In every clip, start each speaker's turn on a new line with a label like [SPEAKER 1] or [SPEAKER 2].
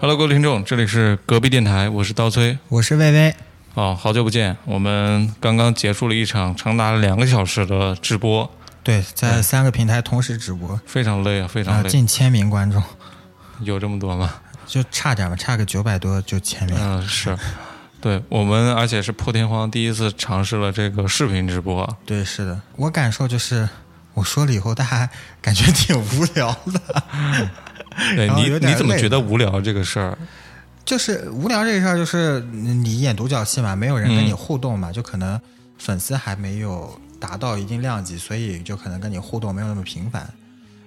[SPEAKER 1] Hello，各位听众，这里是隔壁电台，我是刀崔。
[SPEAKER 2] 我是薇薇，
[SPEAKER 1] 哦，好久不见，我们刚刚结束了一场长达两个小时的直播，
[SPEAKER 2] 对，在三个平台同时直播，
[SPEAKER 1] 非常累啊，非
[SPEAKER 2] 然
[SPEAKER 1] 常
[SPEAKER 2] 后
[SPEAKER 1] 累。
[SPEAKER 2] 近千名观众，
[SPEAKER 1] 有这么多吗？
[SPEAKER 2] 就差点吧，差个九百多就千名。
[SPEAKER 1] 嗯、 是。对我们，而且是破天荒第一次尝试了这个视频直播，
[SPEAKER 2] 对，是的，我感受就是我说了以后，大家感觉挺无聊的，
[SPEAKER 1] 对
[SPEAKER 2] 然
[SPEAKER 1] 哎
[SPEAKER 2] 后
[SPEAKER 1] 你
[SPEAKER 2] 啊有点
[SPEAKER 1] 你怎么
[SPEAKER 2] 累
[SPEAKER 1] 觉得无聊这个事儿？
[SPEAKER 2] 就是无聊这事儿，就是你演独角戏嘛，没有人跟你互动嘛，就可能粉丝还没有达到一定量级，所以就可能跟你互动没有那么频繁。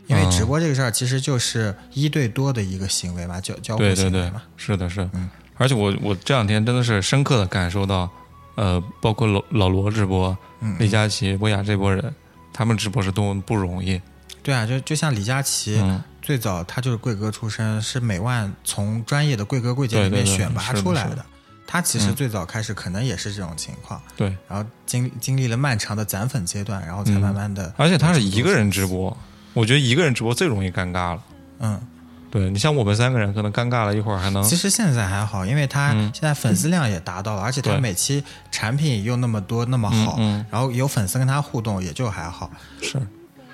[SPEAKER 2] 因为
[SPEAKER 1] 嗯
[SPEAKER 2] 直播这个事儿其实就是一对多的一个行为嘛，交交互
[SPEAKER 1] 对对
[SPEAKER 2] 行
[SPEAKER 1] 对
[SPEAKER 2] 为嘛。，
[SPEAKER 1] 是的是，
[SPEAKER 2] 嗯
[SPEAKER 1] 而且我我这两天真的是深刻的感受到，呃，包括老老罗直播、
[SPEAKER 2] 嗯，
[SPEAKER 1] 李佳琦、薇娅这波人，他们直播是多么不容易。
[SPEAKER 2] 对啊，就就像李佳琦，
[SPEAKER 1] 嗯，
[SPEAKER 2] 最早他就是贵哥出身，是美万从专业的贵哥贵姐
[SPEAKER 1] 对
[SPEAKER 2] 里
[SPEAKER 1] 对
[SPEAKER 2] 面
[SPEAKER 1] 对
[SPEAKER 2] 选拔
[SPEAKER 1] 是的
[SPEAKER 2] 出来
[SPEAKER 1] 是
[SPEAKER 2] 的。
[SPEAKER 1] 的
[SPEAKER 2] 他其实
[SPEAKER 1] 嗯
[SPEAKER 2] 最早开始可能也是这种情况，
[SPEAKER 1] 对，
[SPEAKER 2] 然后经经历了漫长的攒粉阶段，然后才
[SPEAKER 1] 嗯
[SPEAKER 2] 慢慢的，
[SPEAKER 1] 而且他是一个人直播，我觉得一个人直播最容易尴尬了。
[SPEAKER 2] 嗯，
[SPEAKER 1] 对你像我们三个人，可能尴尬了一会儿还能
[SPEAKER 2] 其实现在还好，因为他
[SPEAKER 1] 嗯
[SPEAKER 2] 现在粉丝量也达到了，而且他
[SPEAKER 1] 对
[SPEAKER 2] 每期产品又那么多那么好，
[SPEAKER 1] 嗯
[SPEAKER 2] 然后有粉丝跟他互动也就还好，
[SPEAKER 1] 是，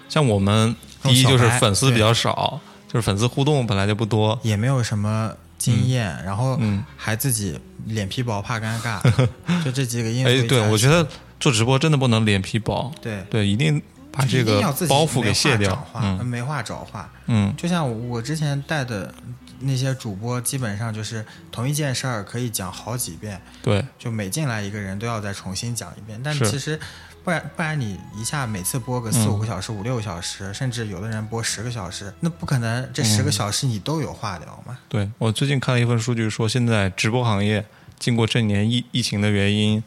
[SPEAKER 1] 像我们
[SPEAKER 2] 用
[SPEAKER 1] 第一
[SPEAKER 2] 小
[SPEAKER 1] 就是
[SPEAKER 2] 白
[SPEAKER 1] 粉丝比
[SPEAKER 2] 对
[SPEAKER 1] 较少，就是粉丝互动本来就不多，
[SPEAKER 2] 也没有什么经验，然后
[SPEAKER 1] 嗯
[SPEAKER 2] 还自己脸皮薄怕尴尬， 就这几个因素一
[SPEAKER 1] 哎，
[SPEAKER 2] 下。
[SPEAKER 1] 对，我觉得做直播真的不能脸皮薄，
[SPEAKER 2] 对
[SPEAKER 1] 对，一定把啊这
[SPEAKER 2] 一
[SPEAKER 1] 个
[SPEAKER 2] 定要自己
[SPEAKER 1] 包袱给卸
[SPEAKER 2] 没
[SPEAKER 1] 掉
[SPEAKER 2] 话。找话，
[SPEAKER 1] 嗯
[SPEAKER 2] 没话找话。
[SPEAKER 1] 嗯，
[SPEAKER 2] 就像我之前带的那些主播，基本上就是同一件事儿可以讲好几遍，
[SPEAKER 1] 对，
[SPEAKER 2] 就每进来一个人都要再重新讲一遍。但
[SPEAKER 1] 是嗯
[SPEAKER 2] 其实，不然不然你一下每次播个四五个小时、五六个小时，甚至有的人播十个小时，那不可能这
[SPEAKER 1] 嗯
[SPEAKER 2] 十个小时你都有话聊嘛。
[SPEAKER 1] 对我最近看了一份数据，说现在直播行业经过这年疫疫情的原因，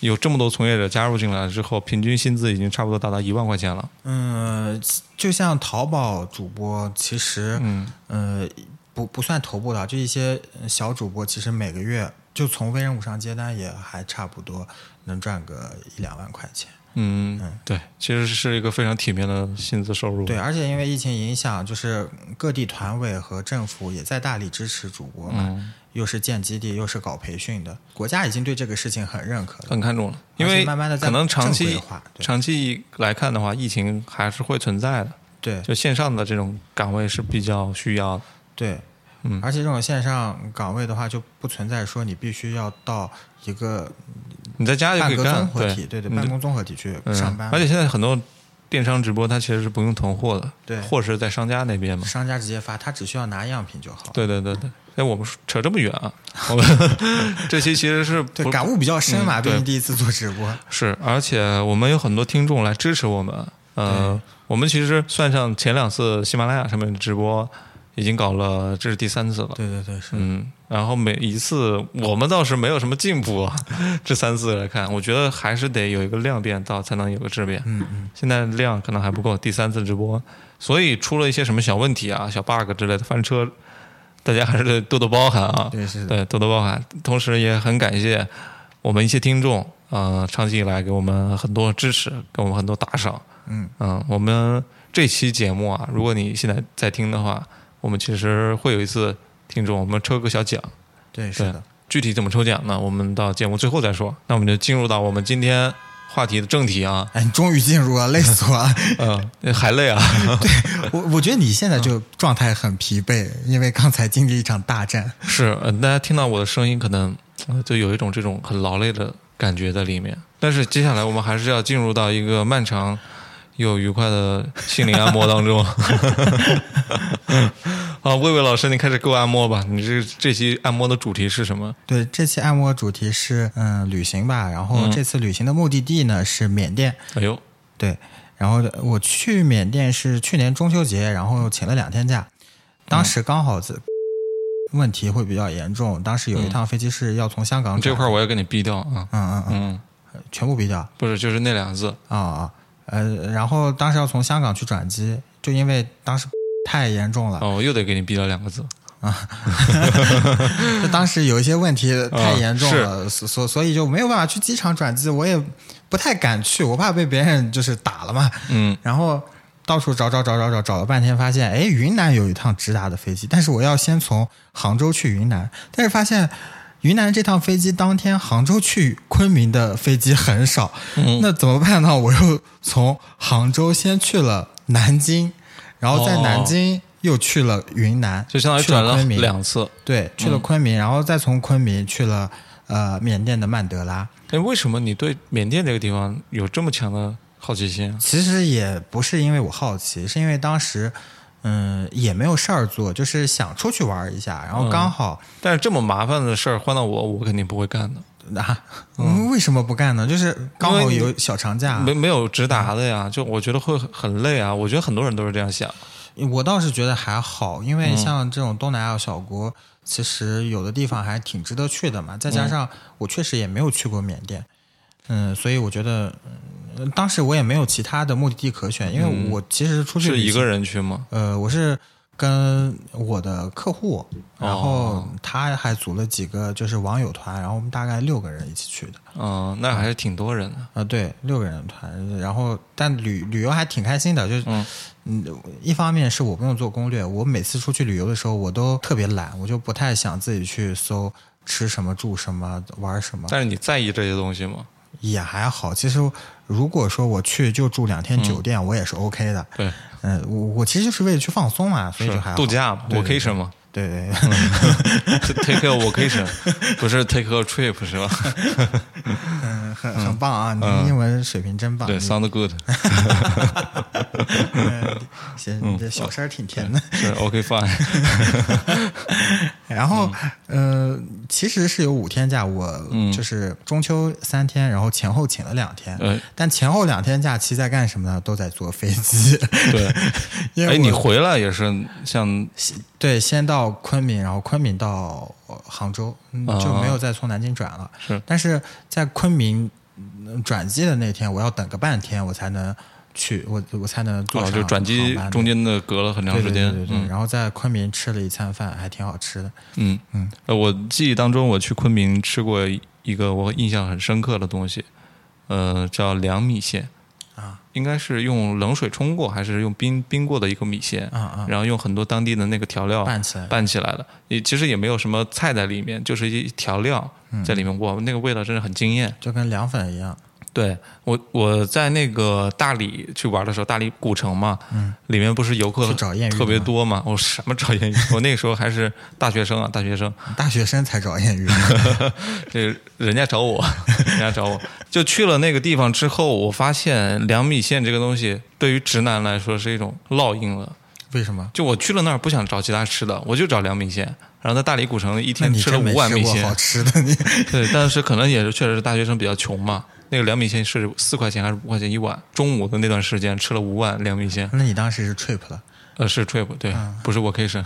[SPEAKER 1] 有这么多从业者加入进来之后，平均薪资已经差不多达到一万块钱了。
[SPEAKER 2] 嗯，就像淘宝主播，其实，
[SPEAKER 1] 嗯
[SPEAKER 2] 呃，不不算头部的，就一些呃小主播，其实每个月就从微人五上接单也还差不多能赚个一两万块钱。
[SPEAKER 1] 嗯，对，其实是一个非常体面的薪资收入。
[SPEAKER 2] 对，啊而且因为疫情影响，就是各地团委和政府也在大力支持主播嘛，
[SPEAKER 1] 嗯，
[SPEAKER 2] 又是建基地，又是搞培训的，国家已经对这个事情很认可了。
[SPEAKER 1] 很看重了，因
[SPEAKER 2] 而
[SPEAKER 1] 为
[SPEAKER 2] 且慢慢地在
[SPEAKER 1] 可能长
[SPEAKER 2] 正
[SPEAKER 1] 期
[SPEAKER 2] 规化对
[SPEAKER 1] 长期来看的话，疫情还是会存在的。
[SPEAKER 2] 对
[SPEAKER 1] 就线上的这种岗位是比较需要的。
[SPEAKER 2] 对，
[SPEAKER 1] 嗯
[SPEAKER 2] 而且这种线上岗位的话，就不存在说你必须要到一个
[SPEAKER 1] 你在家就可
[SPEAKER 2] 办
[SPEAKER 1] 以
[SPEAKER 2] 公
[SPEAKER 1] 干
[SPEAKER 2] 综，合体，对对，
[SPEAKER 1] 你
[SPEAKER 2] 办公综合体去
[SPEAKER 1] 嗯
[SPEAKER 2] 上班嘛，
[SPEAKER 1] 而且现在很多电商直播，它其实是不用囤货的，
[SPEAKER 2] 对
[SPEAKER 1] 货是在商家那边嘛。
[SPEAKER 2] 商家直接发，他只需要拿样品就好。
[SPEAKER 1] 对对对对，哎，我们扯这么远啊，我们 这期其实是
[SPEAKER 2] 对
[SPEAKER 1] 不
[SPEAKER 2] 感悟比较深嘛，
[SPEAKER 1] 嗯
[SPEAKER 2] 毕
[SPEAKER 1] 对
[SPEAKER 2] 竟第一次做直播。
[SPEAKER 1] 是，而且我们有很多听众来支持我们。呃，我们其实算上前两次喜马拉雅上面的直播，已经搞了这是第三次了。
[SPEAKER 2] 对对对，是。
[SPEAKER 1] 嗯，然后每一次我们倒是没有什么进步啊， 这三次来看，我觉得还是得有一个量变到才能有个质变。
[SPEAKER 2] 嗯嗯，
[SPEAKER 1] 现在量可能还不够，第三次直播，所以出了一些什么小问题啊、小 bug 之类的翻车，大家还是得多多包涵啊。
[SPEAKER 2] 对是的。
[SPEAKER 1] 对，多多包涵。同时也很感谢我们一些听众，呃，长期以来给我们很多支持，给我们很多打赏。
[SPEAKER 2] 嗯
[SPEAKER 1] 嗯，我们这期节目啊，如果你现在在听的话，我们其实会有一次听众，我们抽个小奖。
[SPEAKER 2] 对是的。
[SPEAKER 1] 具体怎么抽奖呢？我们到节目最后再说。那我们就进入到我们今天话题的正题啊。
[SPEAKER 2] 哎，你终于进入了，累死我 了！
[SPEAKER 1] 嗯，还累啊。
[SPEAKER 2] 我我觉得你现在就
[SPEAKER 1] 嗯
[SPEAKER 2] 状态很疲惫，因为刚才经历一场大战。
[SPEAKER 1] 是，呃，大家听到我的声音，可能、呃就有一种这种很劳累的感觉在里面。但是接下来我们还是要进入到一个漫长又愉快的心灵按摩当中。 啊，魏魏老师，你开始给我按摩吧。你这这期按摩的主题是什么？
[SPEAKER 2] 对，这期按摩主题是嗯旅行吧，然后
[SPEAKER 1] 嗯
[SPEAKER 2] 这次旅行的目的地呢是缅甸。
[SPEAKER 1] 哎呦，
[SPEAKER 2] 对，然后我去缅甸是去年中秋节，然后请了两天假，
[SPEAKER 1] 嗯
[SPEAKER 2] 当时刚好这问题会比较严重，当时有一趟飞机是要从香港
[SPEAKER 1] 嗯这
[SPEAKER 2] 转
[SPEAKER 1] 块儿我要给你逼掉啊。
[SPEAKER 2] 嗯嗯
[SPEAKER 1] 嗯，
[SPEAKER 2] 嗯，全部比较啊
[SPEAKER 1] 不是，就是那两个字。
[SPEAKER 2] 啊，呃，然后当时要从香港去转机，就因为当时太严重了，
[SPEAKER 1] 哦，我又得给你逼掉两个
[SPEAKER 2] 啊
[SPEAKER 1] 字。
[SPEAKER 2] 就当时有一些问题太严重
[SPEAKER 1] 嗯是
[SPEAKER 2] 了，所所、所以就没有办法去机场转机，我也不太敢去，我怕被别人就是打了嘛，
[SPEAKER 1] 嗯
[SPEAKER 2] 然后到处找找找找找，找了半天发现，哎，云南有一趟直达的飞机，但是我要先从杭州去云南，但是发现云南这趟飞机当天杭州去昆明的飞机很少，
[SPEAKER 1] 嗯
[SPEAKER 2] 那怎么办呢？我又从杭州先去了南京，然后在南京又去了云南，
[SPEAKER 1] 哦就相当于
[SPEAKER 2] 去
[SPEAKER 1] 转
[SPEAKER 2] 了
[SPEAKER 1] 了
[SPEAKER 2] 昆明
[SPEAKER 1] 两次。
[SPEAKER 2] 对，去了昆明，然后再从昆明去了呃缅甸的曼德拉。
[SPEAKER 1] 哎，为什么你对缅甸这个地方有这么强的好奇心啊？
[SPEAKER 2] 其实也不是因为我好奇，是因为当时嗯也没有事儿做，就是想出去玩一下，然后
[SPEAKER 1] 嗯
[SPEAKER 2] 刚好、
[SPEAKER 1] 但是这么麻烦的事儿换到我，我肯定不会干的。
[SPEAKER 2] 啊、
[SPEAKER 1] 嗯
[SPEAKER 2] 为什么不干呢？就是刚好有小长假，
[SPEAKER 1] 没没有直达的呀，就我觉得会很很累啊。我觉得很多人都是这样想。
[SPEAKER 2] 我倒是觉得还好，因
[SPEAKER 1] 嗯
[SPEAKER 2] 为像这种东南亚小国，其实有的地方还挺值得去的嘛。再
[SPEAKER 1] 嗯
[SPEAKER 2] 加上我确实也没有去过缅甸，嗯，所以我觉得、嗯当时我也没有其他的目的地可选，因为我其实出
[SPEAKER 1] 嗯
[SPEAKER 2] 去
[SPEAKER 1] 是
[SPEAKER 2] 旅
[SPEAKER 1] 一
[SPEAKER 2] 行
[SPEAKER 1] 个人去吗？
[SPEAKER 2] 呃，我是跟我的客户，然后
[SPEAKER 1] 哦
[SPEAKER 2] 他还组了几个就是网友团，然后我们大概六个人一起去的。
[SPEAKER 1] 嗯，那还是挺多人的。
[SPEAKER 2] 啊、对，六个人的团，然后但旅旅游还挺开心的，就是
[SPEAKER 1] 嗯
[SPEAKER 2] 嗯，一方面是我不用做攻略，我每次出去旅游的时候我都特别懒，我就不太想自己去搜吃什么、住什么、玩什么，
[SPEAKER 1] 但是你在意这些东西吗？
[SPEAKER 2] 也还好。其实如果说我去就住两天酒店，我也是 OK 的。
[SPEAKER 1] 对，
[SPEAKER 2] 嗯，我我其实就是为了去放松嘛，所以就是嗯还好
[SPEAKER 1] 度。假嘛
[SPEAKER 2] 对对对
[SPEAKER 1] ，vacation 嘛
[SPEAKER 2] 对对对。
[SPEAKER 1] 是，take a vacation，不是 take a trip 是吧？
[SPEAKER 2] 啊嗯，很 很棒啊！你的英文水平真棒。
[SPEAKER 1] 对
[SPEAKER 2] 你
[SPEAKER 1] ，sound good，
[SPEAKER 2] 嗯行，你这小声儿挺甜的。
[SPEAKER 1] 是 OK fine。
[SPEAKER 2] 然后，
[SPEAKER 1] 嗯
[SPEAKER 2] 呃，其实是有五天假，我就是中秋三天，然后前后请了两天。
[SPEAKER 1] 呃，
[SPEAKER 2] 但前后两天假期在干什么呢？都在坐飞机。
[SPEAKER 1] 对，
[SPEAKER 2] 因为
[SPEAKER 1] 哎，
[SPEAKER 2] 我
[SPEAKER 1] 你回来也是像
[SPEAKER 2] 对，先到昆明，然后昆明到呃杭州，嗯
[SPEAKER 1] 啊
[SPEAKER 2] 就没有再从南京转了。
[SPEAKER 1] 是
[SPEAKER 2] 但是在昆明嗯转机的那天，我要等个半天，我才能去，我我才能坐
[SPEAKER 1] 啊，
[SPEAKER 2] 上
[SPEAKER 1] 就转机
[SPEAKER 2] 航班
[SPEAKER 1] 中间的隔了很长
[SPEAKER 2] 对
[SPEAKER 1] 时间，
[SPEAKER 2] 对对对对
[SPEAKER 1] 嗯
[SPEAKER 2] 然后在昆明吃了一餐饭，还挺好吃的。
[SPEAKER 1] 嗯
[SPEAKER 2] 嗯
[SPEAKER 1] 呃，我记忆当中我去昆明吃过一个我印象很深刻的东西，呃，叫凉米线
[SPEAKER 2] 啊，
[SPEAKER 1] 应该是用冷水冲过还是用冰冰过的一个米线，
[SPEAKER 2] 啊啊，
[SPEAKER 1] 然后用很多当地的那个调料
[SPEAKER 2] 拌起来
[SPEAKER 1] 拌起来的，也其实也没有什么菜在里面，就是一调料在里面，哇，那个味道真的很惊艳。
[SPEAKER 2] 就跟凉粉一样。
[SPEAKER 1] 对我我在那个大理去玩的时候，大理古城嘛，
[SPEAKER 2] 嗯
[SPEAKER 1] 里面不是游客
[SPEAKER 2] 去找艳遇
[SPEAKER 1] 特别
[SPEAKER 2] 吗
[SPEAKER 1] 多嘛，我什么找艳遇？我那个时候还是大学生啊，大学生，
[SPEAKER 2] 大学生才找 艳遇，
[SPEAKER 1] 这人家找我，人家找我，就去了那个地方之后，我发现凉米线这个东西对于直男来说是一种烙印了。
[SPEAKER 2] 为什么？
[SPEAKER 1] 就我去了那儿不想找其他吃的，我就找凉米线。然后在大理古城一
[SPEAKER 2] 那
[SPEAKER 1] 天
[SPEAKER 2] 你
[SPEAKER 1] 吃了
[SPEAKER 2] 真没
[SPEAKER 1] 五碗
[SPEAKER 2] 吃
[SPEAKER 1] 米
[SPEAKER 2] 过
[SPEAKER 1] 线
[SPEAKER 2] 好，吃的，你
[SPEAKER 1] 对，但是可能也是确实是大学生比较穷嘛。那个凉米线是四块钱还是五块钱一碗？中午的那段时间吃了五碗凉米线，
[SPEAKER 2] 那你当时是 trip 了？
[SPEAKER 1] 呃，是 trip 对，不是 vacation。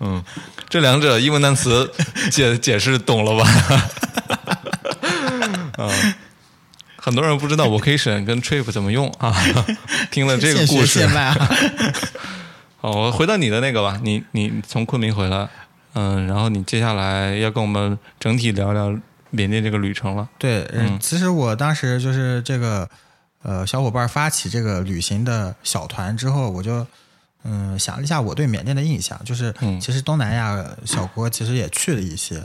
[SPEAKER 1] 嗯，这两者英文单词解解释懂了吧？ 啊，很多人不知道 vacation 跟 trip 怎么用啊。听了这个
[SPEAKER 2] 现学
[SPEAKER 1] 故事
[SPEAKER 2] 现，卖啊！
[SPEAKER 1] 哦，我回到你的那个吧，你你从昆明回来，嗯，然后你接下来要跟我们整体聊聊缅甸这个旅程了。
[SPEAKER 2] 对，嗯，其实我当时就是这个呃小伙伴发起这个旅行的小团之后，我就。嗯，想了一下我对缅甸的印象，就是
[SPEAKER 1] 嗯
[SPEAKER 2] 其实东南亚小国其实也去了一些，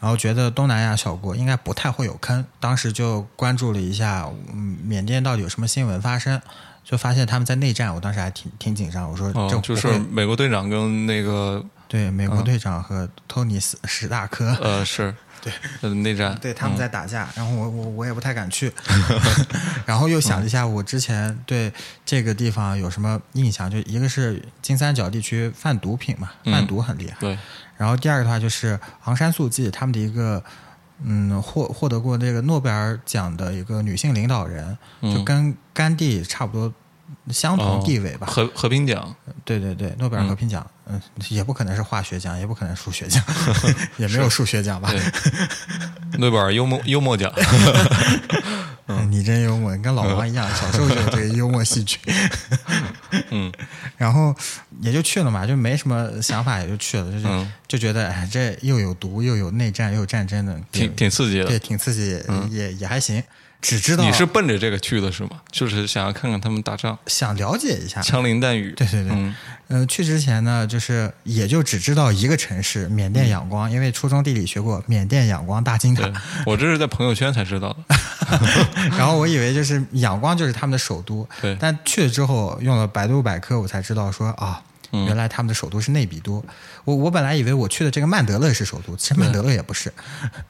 [SPEAKER 2] 然后觉得东南亚小国应该不太会有坑，当时就关注了一下，嗯，缅甸到底有什么新闻发生，就发现他们在内战，我当时还挺挺紧张，我说这
[SPEAKER 1] 哦，就
[SPEAKER 2] 不
[SPEAKER 1] 是
[SPEAKER 2] 会
[SPEAKER 1] 美国队长跟那个
[SPEAKER 2] 对美国
[SPEAKER 1] 嗯
[SPEAKER 2] 队长和托尼斯史大科，
[SPEAKER 1] 呃是
[SPEAKER 2] 对
[SPEAKER 1] 呃内战，
[SPEAKER 2] 对，他们在打架，然后我我我也不太敢 去， 然后又想了一下，
[SPEAKER 1] 嗯
[SPEAKER 2] 我之前对这个地方有什么印象？就一个是金三角地区贩毒品嘛，
[SPEAKER 1] 嗯
[SPEAKER 2] 贩毒很厉害。
[SPEAKER 1] 对，
[SPEAKER 2] 然后第二个的话就是昂山素季，他们的一个嗯获获得过这个诺贝尔奖的一个女性领导人，就
[SPEAKER 1] 嗯哦
[SPEAKER 2] 跟甘地差不多相同地位吧。
[SPEAKER 1] 和和平奖，
[SPEAKER 2] 对对对，诺贝尔和平奖，嗯，也不可能是化学奖，也不可能是数学奖， 也没有数学奖吧？
[SPEAKER 1] 对，诺贝尔幽默幽默奖，
[SPEAKER 2] 嗯， 你真幽默，你跟老王一样，小时候就有这个幽默细菌。
[SPEAKER 1] 嗯
[SPEAKER 2] 然后也就去了嘛，就没什么想法，也就去了，就是、
[SPEAKER 1] 嗯
[SPEAKER 2] 就觉得哎，这又有毒，又有内战，又有战争的，
[SPEAKER 1] 挺挺刺激
[SPEAKER 2] 对，
[SPEAKER 1] 的，嗯
[SPEAKER 2] 挺刺激，也也还行。只知道
[SPEAKER 1] 你是奔着这个去的是吗？就是想要看看他们打仗，
[SPEAKER 2] 想了解一下。
[SPEAKER 1] 枪林弹雨。
[SPEAKER 2] 啊对对对，
[SPEAKER 1] 嗯
[SPEAKER 2] 呃，去之前呢，就是也就只知道一个城市缅甸仰光，因为初中地理学过缅甸仰光大金塔
[SPEAKER 1] 嗯 对，我这是在朋友圈才知道的。
[SPEAKER 2] 啊 然后我以为就是仰光就是他们的首都，
[SPEAKER 1] 对
[SPEAKER 2] 但去了之后用了百度百科，我才知道说啊。
[SPEAKER 1] 嗯
[SPEAKER 2] 原来他们的首都是内比都，我我本来以为我去的这个曼德勒是首都，其实曼德勒也不是。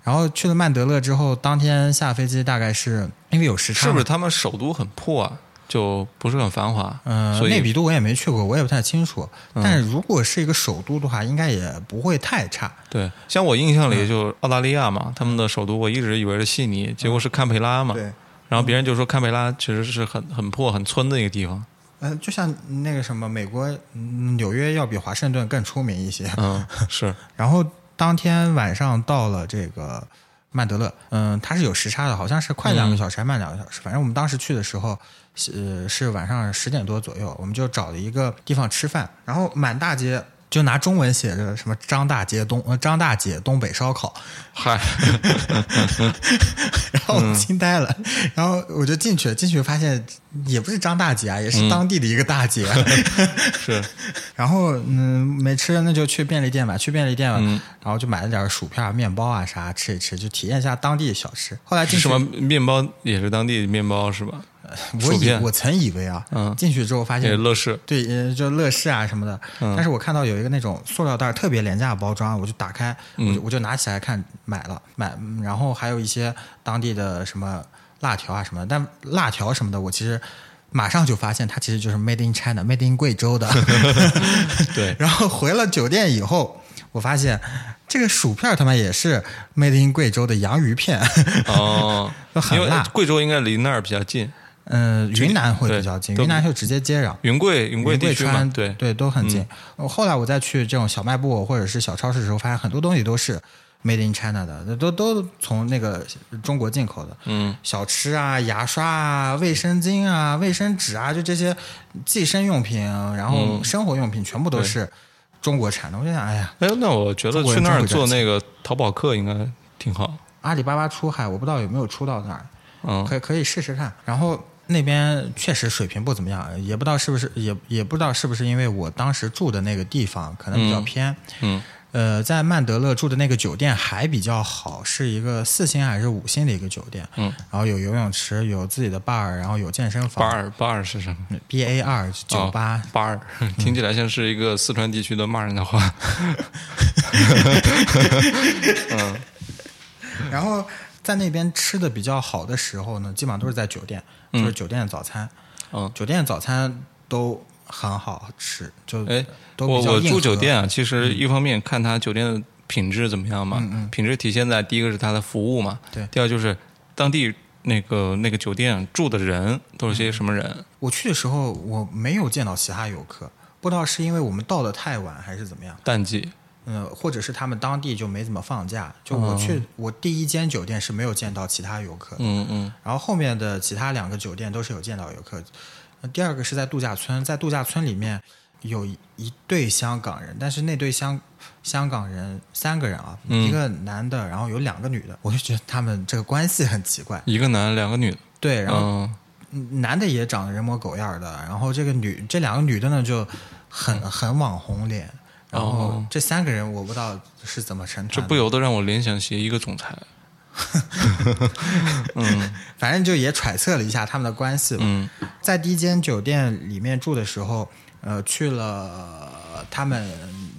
[SPEAKER 2] 然后去了曼德勒之后，当天下飞机大概是因为有时差
[SPEAKER 1] 是
[SPEAKER 2] 嘛，
[SPEAKER 1] 不是他们首都很破啊？就不是很繁华，
[SPEAKER 2] 嗯，
[SPEAKER 1] 所
[SPEAKER 2] 内
[SPEAKER 1] 以嗯
[SPEAKER 2] 比都我也没去过，我也不太清楚。但是如果是一个首都的话，应该也不会太差。
[SPEAKER 1] 对，像我印象
[SPEAKER 2] 嗯
[SPEAKER 1] 里就澳大利亚嘛，他们的首都我一直以为是悉尼，结果是堪培拉嘛。
[SPEAKER 2] 对，
[SPEAKER 1] 然后别人就说堪培拉其实是很很破、很村的一个地方。
[SPEAKER 2] 嗯，就像那个什么，美国嗯纽约要比华盛顿更出名一些。
[SPEAKER 1] 嗯，是，
[SPEAKER 2] 然后当天晚上到了这个曼德勒，嗯，它是有时差的，好像是快两个小时还慢两个小时。反正我们当时去的时候，呃，是晚上十点多左右，我们就找了一个地方吃饭，然后满大街就拿中文写着什么张大街东呃张大姐东北烧烤，
[SPEAKER 1] 嗨，
[SPEAKER 2] 然后我
[SPEAKER 1] 嗯
[SPEAKER 2] 们惊呆了，然后我就进去，进去发现也不是张大姐啊，也是当地的一个大姐。
[SPEAKER 1] 嗯 是，
[SPEAKER 2] 然后嗯，没吃那就去便利店吧，去便利店吧，
[SPEAKER 1] 嗯
[SPEAKER 2] 然后就买了点薯片、面包啊啥吃一吃，就体验一下当地小吃。后来进
[SPEAKER 1] 是什
[SPEAKER 2] 去
[SPEAKER 1] 么，面包也是当地面包是吧？
[SPEAKER 2] 我
[SPEAKER 1] 薯
[SPEAKER 2] 以
[SPEAKER 1] 片
[SPEAKER 2] 我曾以为啊，
[SPEAKER 1] 嗯
[SPEAKER 2] 进去之后发
[SPEAKER 1] 也是
[SPEAKER 2] 现。
[SPEAKER 1] 乐事，
[SPEAKER 2] 对，呃就乐事啊什么的，
[SPEAKER 1] 嗯
[SPEAKER 2] 但是我看到有一个那种塑料袋特别廉价的包装，我就打开，我
[SPEAKER 1] 嗯
[SPEAKER 2] 就我就拿起来看，买了买，嗯然后还有一些当地的什么辣条啊什么的，但辣条什么的，我其实马上就发现它其实就是 Made in China，Made in 贵州的，
[SPEAKER 1] 对，
[SPEAKER 2] 然后回了酒店以后，我发现这个薯片他妈也是 Made in 贵州的洋芋片，
[SPEAKER 1] 哦
[SPEAKER 2] 都，很
[SPEAKER 1] 因为
[SPEAKER 2] 辣
[SPEAKER 1] 贵州应该离那儿比较近，
[SPEAKER 2] 嗯、云南会比较近，
[SPEAKER 1] 对
[SPEAKER 2] 云南就直接接壤。
[SPEAKER 1] 云贵云贵
[SPEAKER 2] 云
[SPEAKER 1] 地
[SPEAKER 2] 贵
[SPEAKER 1] 区嘛
[SPEAKER 2] 川，
[SPEAKER 1] 对，嗯
[SPEAKER 2] 对都很近。我后来我再去这种小卖部或者是小超市的时候，发现很多东西都是 Made in China 的，都都从那个中国进口的。
[SPEAKER 1] 嗯，
[SPEAKER 2] 小吃啊、牙刷啊、卫生巾啊、卫生纸啊，就这些计生用品，然
[SPEAKER 1] 嗯
[SPEAKER 2] 后生活用品全部都是中国产的。我就想，哎呀，
[SPEAKER 1] 哎，那我觉得
[SPEAKER 2] 中国
[SPEAKER 1] 去
[SPEAKER 2] 人
[SPEAKER 1] 那儿
[SPEAKER 2] 真会
[SPEAKER 1] 做
[SPEAKER 2] 赚
[SPEAKER 1] 那个淘宝客应该挺好，
[SPEAKER 2] 阿里巴巴出海，我不知道有没有出到那儿，
[SPEAKER 1] 嗯，
[SPEAKER 2] 可以可以试试看。然后那边确实水平不怎么样，也不知道是不是也也不知道是不是因为我当时住的那个地方可能比较偏，
[SPEAKER 1] 嗯
[SPEAKER 2] 呃，在曼德勒住的那个酒店还比较好，是一个四星还是五星的一个酒店，
[SPEAKER 1] 嗯，
[SPEAKER 2] 然后有游泳池，有自己的 bar，然后有健身
[SPEAKER 1] 巴
[SPEAKER 2] 房嗯
[SPEAKER 1] 尔巴尔是什么？
[SPEAKER 2] ，B A R
[SPEAKER 1] 哦
[SPEAKER 2] 酒吧。
[SPEAKER 1] 巴 尔，听起来像是一个四川地区的骂人的话。
[SPEAKER 2] 然后在那边吃的比较好的时候呢，基本上都是在酒店，就是酒店的早餐，
[SPEAKER 1] 嗯，
[SPEAKER 2] 酒店的早餐都很好吃，就
[SPEAKER 1] 哎，
[SPEAKER 2] 都
[SPEAKER 1] 我
[SPEAKER 2] 比较
[SPEAKER 1] 我
[SPEAKER 2] 硬
[SPEAKER 1] 住酒
[SPEAKER 2] 核嗯
[SPEAKER 1] 店啊，其实一方面看它酒店的品质怎么样嘛，品质体现在第一个是它的服务嘛，
[SPEAKER 2] 对
[SPEAKER 1] 第二就是当地那个那个酒店住的人都是
[SPEAKER 2] 嗯
[SPEAKER 1] 些什么人，
[SPEAKER 2] 我去的时候，我没有见到其他游客，不知道是因为我们到的太晚还是怎么样，
[SPEAKER 1] 淡季，
[SPEAKER 2] 嗯、或者是他们当地就没怎么放假。就我去，我第一间酒店是没有见到其他游客的，
[SPEAKER 1] 嗯嗯，
[SPEAKER 2] 然后后面的其他两个酒店都是有见到游客。呃第二个是在度假村，在度假村里面有一一对香港人，但是那对香香港人三个人啊，一个男的，然后有两个女的，我就觉得他们这个关系很奇怪。
[SPEAKER 1] 一个男两个女的，
[SPEAKER 2] 对，然后
[SPEAKER 1] 嗯
[SPEAKER 2] 嗯男的也长得人模狗样儿的，然后这个女这两个女的呢就很很网红脸，然后
[SPEAKER 1] 哦
[SPEAKER 2] 这三个人我不知道是怎么成
[SPEAKER 1] 这
[SPEAKER 2] 团
[SPEAKER 1] 不
[SPEAKER 2] 的，
[SPEAKER 1] 由得让我联想起一个总裁，
[SPEAKER 2] 反正就也揣测了一下他们的关系吧。
[SPEAKER 1] 嗯
[SPEAKER 2] 在第一间酒店里面住的时候，呃，去了他们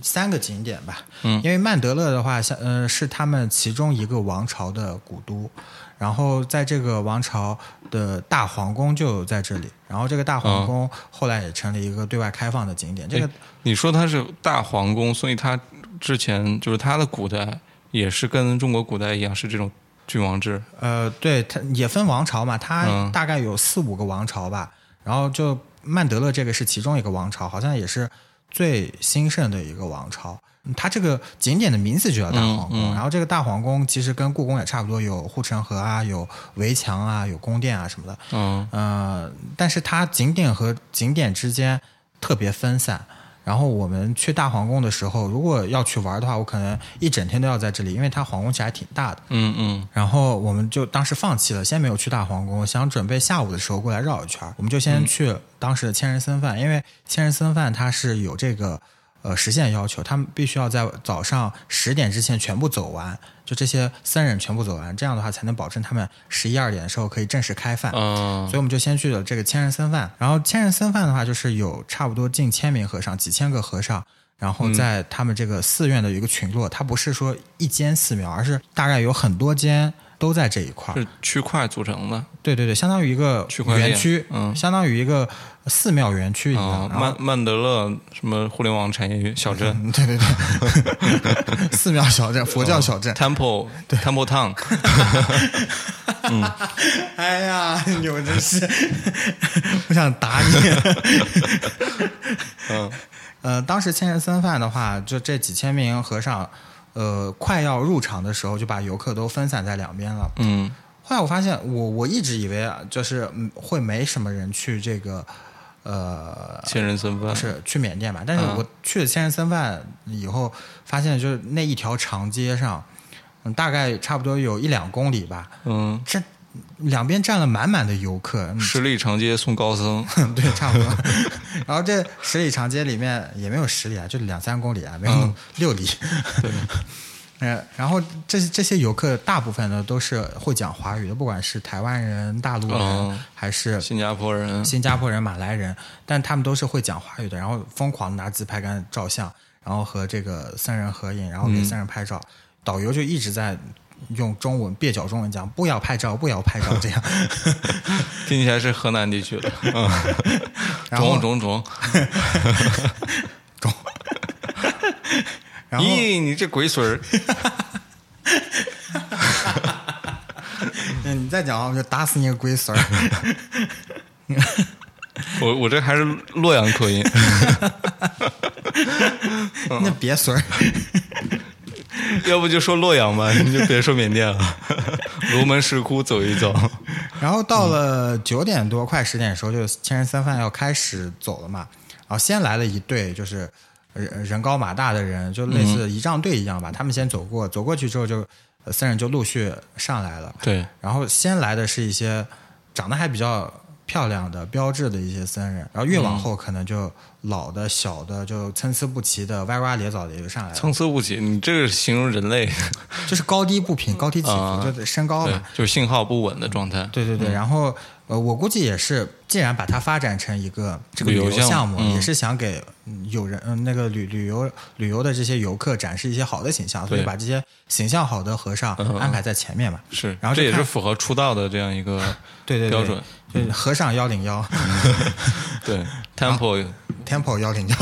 [SPEAKER 2] 三个景点吧。
[SPEAKER 1] 嗯
[SPEAKER 2] 因为曼德勒的话，像呃是他们其中一个王朝的古都，然后在这个王朝的大皇宫就在这里，然后这个大皇
[SPEAKER 1] 哦
[SPEAKER 2] 宫后来也成了一个对外开放的景点。这个
[SPEAKER 1] 你说它是大皇宫，所以它之前就是它的古代也是跟中国古代一样是这种君王制，
[SPEAKER 2] 呃，对，它也分王朝嘛，它
[SPEAKER 1] 嗯
[SPEAKER 2] 大概有四五个王朝吧。然后就曼德勒这个是其中一个王朝，好像也是最兴盛的一个王朝。嗯它这个景点的名字就叫大皇宫，
[SPEAKER 1] 嗯嗯
[SPEAKER 2] 然后这个大皇宫其实跟故宫也差不多，有护城河啊，有围墙啊，有宫殿啊什么的。
[SPEAKER 1] 嗯
[SPEAKER 2] 呃，但是它景点和景点之间特别分散。然后我们去大皇宫的时候，如果要去玩的话，我可能一整天都要在这里，因为它皇宫其实还挺大的。
[SPEAKER 1] 嗯嗯
[SPEAKER 2] 然后我们就当时放弃了，先没有去大皇宫，想准备下午的时候过来绕一圈儿。我们就先去当时的千人僧饭，因为千人僧饭它是有这个呃时限要求，他们必须要在早上十点之前全部走完，就这些僧人全部走完，这样的话才能保证他们十一二点的时候可以正式开饭。
[SPEAKER 1] 啊
[SPEAKER 2] 所以我们就先去了这个千人僧饭，然后千人僧饭的话，就是有差不多近千名和尚，几千个和尚，然
[SPEAKER 1] 嗯
[SPEAKER 2] 后在他们这个寺院的一个群落，它不是说一间寺庙，而是大概有很多间都在这一块儿。
[SPEAKER 1] 是区块组成的
[SPEAKER 2] 对对对，相当于一个
[SPEAKER 1] 区块链
[SPEAKER 2] 园区，
[SPEAKER 1] 嗯
[SPEAKER 2] 相当于一个寺庙园区一样。
[SPEAKER 1] 啊，
[SPEAKER 2] 然后
[SPEAKER 1] 曼曼德勒什么互联网产业园小镇
[SPEAKER 2] 嗯，对对对， 寺庙小镇、佛教小镇，
[SPEAKER 1] Temple Temple Town，
[SPEAKER 2] 哎呀， 你们真是，我想打你。
[SPEAKER 1] 嗯
[SPEAKER 2] 呃，当时千人僧饭的话，就这几千名和尚，呃，快要入场的时候，就把游客都分散在两边了。
[SPEAKER 1] 嗯
[SPEAKER 2] 后来我发现，我我一直以为啊，就是嗯会没什么人去这个，呃，
[SPEAKER 1] 千人身份
[SPEAKER 2] 是去缅甸吧。但是
[SPEAKER 1] 嗯
[SPEAKER 2] 我去了千人僧饭以后，发现就是那一条长街上，嗯，大概差不多有一两公里吧，
[SPEAKER 1] 嗯，
[SPEAKER 2] 这两边站了满满的游客，嗯
[SPEAKER 1] 十里长街送高僧，
[SPEAKER 2] 对，差不多。 然后这十里长街里面也没有十里啊，就两三公里啊，没有那么 六里。
[SPEAKER 1] 嗯 对，
[SPEAKER 2] 呃，然后这这些游客大部分呢都是会讲华语的，不管是台湾人、大陆人、
[SPEAKER 1] 哦
[SPEAKER 2] 还是
[SPEAKER 1] 新加坡人，
[SPEAKER 2] 新加坡人、马来人，但他们都是会讲华语的，然后疯狂地拿自拍杆照相，然后和这个僧人合影，然后给僧人拍照。导游就一直在用中文蹩脚中文讲“不要拍照，不要拍照”这样。
[SPEAKER 1] 听起来是河南地区的，
[SPEAKER 2] 嗯然后
[SPEAKER 1] 中中中，
[SPEAKER 2] 然后
[SPEAKER 1] 咦，你这鬼水儿，
[SPEAKER 2] 嗯，你再讲啊，我就打死你个龟孙儿！
[SPEAKER 1] 我我这还是洛阳口音，
[SPEAKER 2] 那别孙儿，
[SPEAKER 1] 要不就说洛阳吧，你就别说缅甸了， 龙门石窟走一 走，
[SPEAKER 2] 然后到了九点多，快十点的时候，就千人三饭要开始走了嘛。然后先来了一队，就是人人高马大的人，就类似仪仗队一样吧。他们先走过，走过去之后就，呃僧人就陆续上来了。
[SPEAKER 1] 对，
[SPEAKER 2] 然后先来的是一些长得还比较漂亮的、标志的一些僧人，然后越往后可能就老的、小的，就参差不齐的、歪瓜裂枣的也就上来了，
[SPEAKER 1] 参差不齐，你这个形容人 类，
[SPEAKER 2] 就是高低不平、高低起
[SPEAKER 1] 啊嗯
[SPEAKER 2] 伏，就得身高
[SPEAKER 1] 对
[SPEAKER 2] 嘛。，
[SPEAKER 1] 就是信号不稳的状态，
[SPEAKER 2] 对对对，然后呃，我估计也是，既然把它发展成一个这个
[SPEAKER 1] 旅
[SPEAKER 2] 旅
[SPEAKER 1] 游
[SPEAKER 2] 游
[SPEAKER 1] 项
[SPEAKER 2] 项
[SPEAKER 1] 目
[SPEAKER 2] 目，
[SPEAKER 1] 嗯
[SPEAKER 2] 也是想给嗯有人嗯、那个旅旅游旅游的这些游客展示一些好的形象，所以
[SPEAKER 1] 对嗯
[SPEAKER 2] 把这些形象好的和尚安排在前面嘛。
[SPEAKER 1] 是，
[SPEAKER 2] 然后
[SPEAKER 1] 这
[SPEAKER 2] 就
[SPEAKER 1] 也是
[SPEAKER 2] 看
[SPEAKER 1] 符合出道的这样一 个
[SPEAKER 2] 对对对
[SPEAKER 1] 标准，
[SPEAKER 2] 就是和尚幺零幺
[SPEAKER 1] 对
[SPEAKER 2] 啊
[SPEAKER 1] temple，
[SPEAKER 2] ，Temple 幺零幺。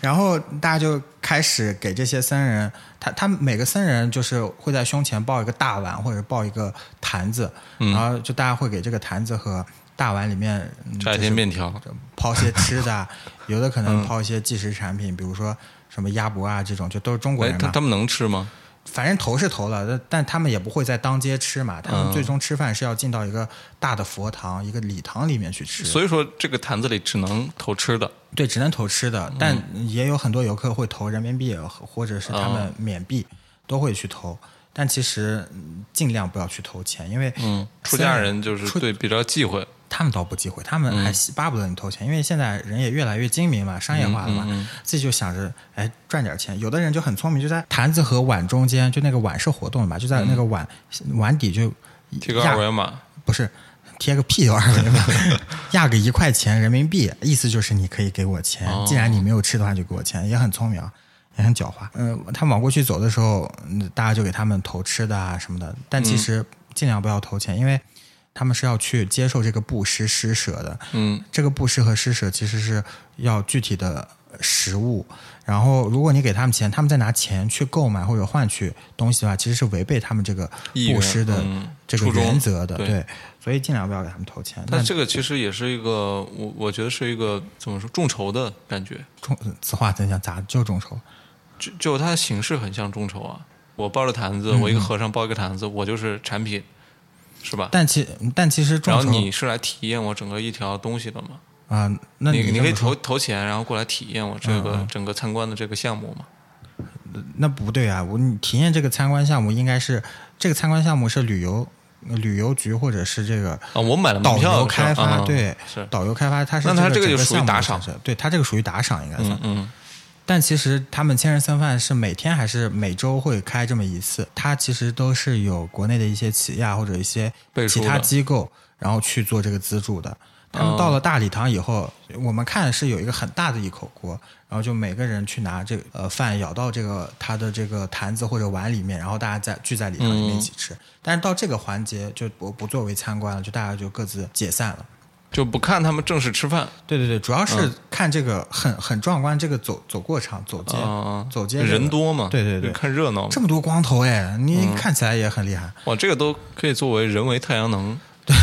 [SPEAKER 2] 然后大家就开始给这些僧人，他他们每个僧人就是会在胸前抱一个大碗或者抱一个坛子，
[SPEAKER 1] 嗯
[SPEAKER 2] 然后就大家会给这个坛子和大碗里面嗯
[SPEAKER 1] 炸一些
[SPEAKER 2] 就是
[SPEAKER 1] 面嗯条，哎
[SPEAKER 2] 抛些吃 的啊，有的可能抛一些即食产品，比如说什么鸭脖啊这种，就都是中国
[SPEAKER 1] 哎，
[SPEAKER 2] 人
[SPEAKER 1] 他
[SPEAKER 2] 嘛。
[SPEAKER 1] 他们能吃吗？
[SPEAKER 2] 反正投是投了，但但他们也不会在当街吃嘛，他
[SPEAKER 1] 嗯
[SPEAKER 2] 们最终吃饭是要进到一个大的佛堂、一个礼堂里面去吃，
[SPEAKER 1] 所以说这个坛子里只能投吃的，
[SPEAKER 2] 对，只能投吃的。
[SPEAKER 1] 嗯
[SPEAKER 2] 但也有很多游客会投人民币或者是他们
[SPEAKER 1] 哦
[SPEAKER 2] 缅币，都会去投。但其实嗯尽量不要去投钱，因为
[SPEAKER 1] 嗯，出
[SPEAKER 2] 虽然
[SPEAKER 1] 家人嗯就是
[SPEAKER 2] 出
[SPEAKER 1] 对比较忌讳，
[SPEAKER 2] 他们倒不忌讳，他们还希巴不得你投钱，因为现在人也越来越精明嘛，商
[SPEAKER 1] 嗯
[SPEAKER 2] 业化了嘛，自己就想着哎赚点钱。有的人就很聪明，就在坛子和碗中间，就那个碗是活动的嘛，就在那个碗、碗底就
[SPEAKER 1] 贴个
[SPEAKER 2] 压
[SPEAKER 1] 嗯二维码，
[SPEAKER 2] 不是贴个屁二维码， 压个一块钱人民币，意思就是你可以给我钱，
[SPEAKER 1] 哦
[SPEAKER 2] 既然你没有吃的话就给我钱，也很聪明啊，也很狡猾。嗯、他们往过去走的时候，嗯大家就给他们投吃的啊什么的，但其
[SPEAKER 1] 嗯
[SPEAKER 2] 实尽量不要投钱，因为他们是要去接受这个布施施舍的。
[SPEAKER 1] 嗯，
[SPEAKER 2] 这个布施和施舍其实是要具体的实物，然后如果你给他们钱，他们再拿钱去购买或者换取东西的话，其实是违背他们这个
[SPEAKER 1] 意愿
[SPEAKER 2] 布施的
[SPEAKER 1] 嗯
[SPEAKER 2] 这个
[SPEAKER 1] 初衷
[SPEAKER 2] 原则的，
[SPEAKER 1] 对
[SPEAKER 2] 对，所以尽量不要给他们投钱。
[SPEAKER 1] 但
[SPEAKER 2] 那
[SPEAKER 1] 这个其实也是一个，我我觉得是一个怎么说众筹的感觉，
[SPEAKER 2] 众此话怎讲？咋就众筹？
[SPEAKER 1] 就就它的形式很像众筹啊。我抱着坛子，我一个和尚抱一个坛子，我就是产品，是吧？
[SPEAKER 2] 嗯但其但其实
[SPEAKER 1] 然
[SPEAKER 2] 众
[SPEAKER 1] 后
[SPEAKER 2] 筹，
[SPEAKER 1] 你是来体验我整个一条东西的嘛？
[SPEAKER 2] 啊、那
[SPEAKER 1] 你
[SPEAKER 2] 你
[SPEAKER 1] 可以
[SPEAKER 2] 这么
[SPEAKER 1] 投
[SPEAKER 2] 嗯
[SPEAKER 1] 投钱，然后过来体验我这个整个参观的这个项目嘛。
[SPEAKER 2] 那不对啊！我你体验这个参观项目，应该是这个参观项目是旅游旅游局或者是这个
[SPEAKER 1] 啊，我买了门
[SPEAKER 2] 导
[SPEAKER 1] 票
[SPEAKER 2] 游
[SPEAKER 1] 是吧
[SPEAKER 2] 开发，
[SPEAKER 1] 嗯
[SPEAKER 2] 对
[SPEAKER 1] 是，
[SPEAKER 2] 导游开发，它是
[SPEAKER 1] 那它这个就
[SPEAKER 2] 整
[SPEAKER 1] 属于
[SPEAKER 2] 项目
[SPEAKER 1] 打
[SPEAKER 2] 的
[SPEAKER 1] 赏
[SPEAKER 2] 产生，对，它这个属于打赏应该算。
[SPEAKER 1] 嗯嗯
[SPEAKER 2] 但其实他们千人三饭是每天还是每周会开这么一次，它其实都是有国内的一些企业啊或者一些
[SPEAKER 1] 背书
[SPEAKER 2] 其
[SPEAKER 1] 的
[SPEAKER 2] 他机构，然后去做这个资助的。他
[SPEAKER 1] 哦
[SPEAKER 2] 们到了大礼堂以后，我们看是有一个很大的一口锅，然后就每个人去拿这个呃饭舀到这个他的这个坛子或者碗里面，然后大家在聚在礼堂里面一起吃。但是到这个环节就不不作为参观了，就大家就各自解散了。
[SPEAKER 1] 就不看他们正式吃饭，
[SPEAKER 2] 对对对，主要
[SPEAKER 1] 嗯
[SPEAKER 2] 是看这个很很壮观，这个走走过场走街、
[SPEAKER 1] 啊，
[SPEAKER 2] 走街这个
[SPEAKER 1] 人多嗯嘛，
[SPEAKER 2] 对对对
[SPEAKER 1] 就看热闹嘛。
[SPEAKER 2] 这么多光头哎，你看起来也很厉害。
[SPEAKER 1] 哇，这个都可以作为人为太阳能，对，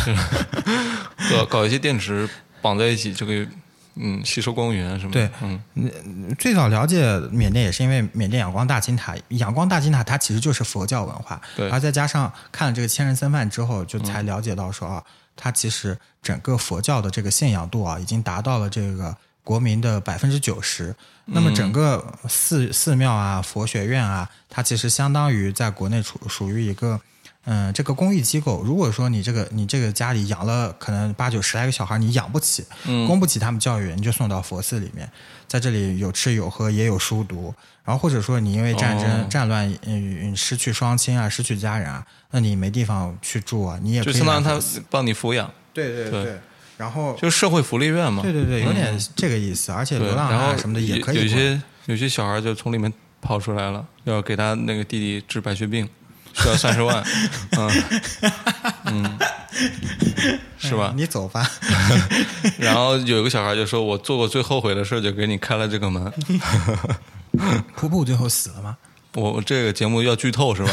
[SPEAKER 1] 搞搞一些电池绑在一起就可以，嗯，吸收光源什么的。
[SPEAKER 2] 对
[SPEAKER 1] 嗯，
[SPEAKER 2] 最早了解缅甸也是因为缅甸仰光大金塔，仰光大金塔它其实就是佛教文化，
[SPEAKER 1] 对
[SPEAKER 2] 然后再加上看了这个千人僧饭之后，就才了解到说
[SPEAKER 1] 嗯
[SPEAKER 2] 啊，它其实整个佛教的这个信仰度啊，已经达到了这个国民的百分之九十。
[SPEAKER 1] 嗯
[SPEAKER 2] 那么整个寺寺庙啊、佛学院啊，它其实相当于在国内属属于一个。嗯，这个公益机构，如果说你这个你这个家里养了可能八九十来个小孩，你养不起，
[SPEAKER 1] 嗯
[SPEAKER 2] 供不起他们教育，你就送到佛寺里面，在这里有吃有喝，也有书读。然后或者说你因为战争、
[SPEAKER 1] 哦
[SPEAKER 2] 战乱，嗯，失去双亲啊，失去家人啊，那你没地方去住啊，你也
[SPEAKER 1] 就
[SPEAKER 2] 可以
[SPEAKER 1] 相当于
[SPEAKER 2] 来
[SPEAKER 1] 他
[SPEAKER 2] 佛寺
[SPEAKER 1] 帮你抚养，
[SPEAKER 2] 对对
[SPEAKER 1] 对
[SPEAKER 2] 对，然后
[SPEAKER 1] 就社会福利院嘛。嗯
[SPEAKER 2] 对对对，有点这个意思，而且
[SPEAKER 1] 对，
[SPEAKER 2] 流浪啊
[SPEAKER 1] 然后
[SPEAKER 2] 汉什么的也
[SPEAKER 1] 有
[SPEAKER 2] 可以
[SPEAKER 1] 有
[SPEAKER 2] 过来
[SPEAKER 1] 些有些小孩就从里面跑出来了，要给他那个弟弟治白血病，需要三十 万，嗯嗯，是吧
[SPEAKER 2] 嗯？你走吧，
[SPEAKER 1] 然后有一个小孩就说：“我做过最后悔的事，就给你开了这个 门。
[SPEAKER 2] 瀑布最后死了吗？
[SPEAKER 1] 我”我这个节目要剧透是吧？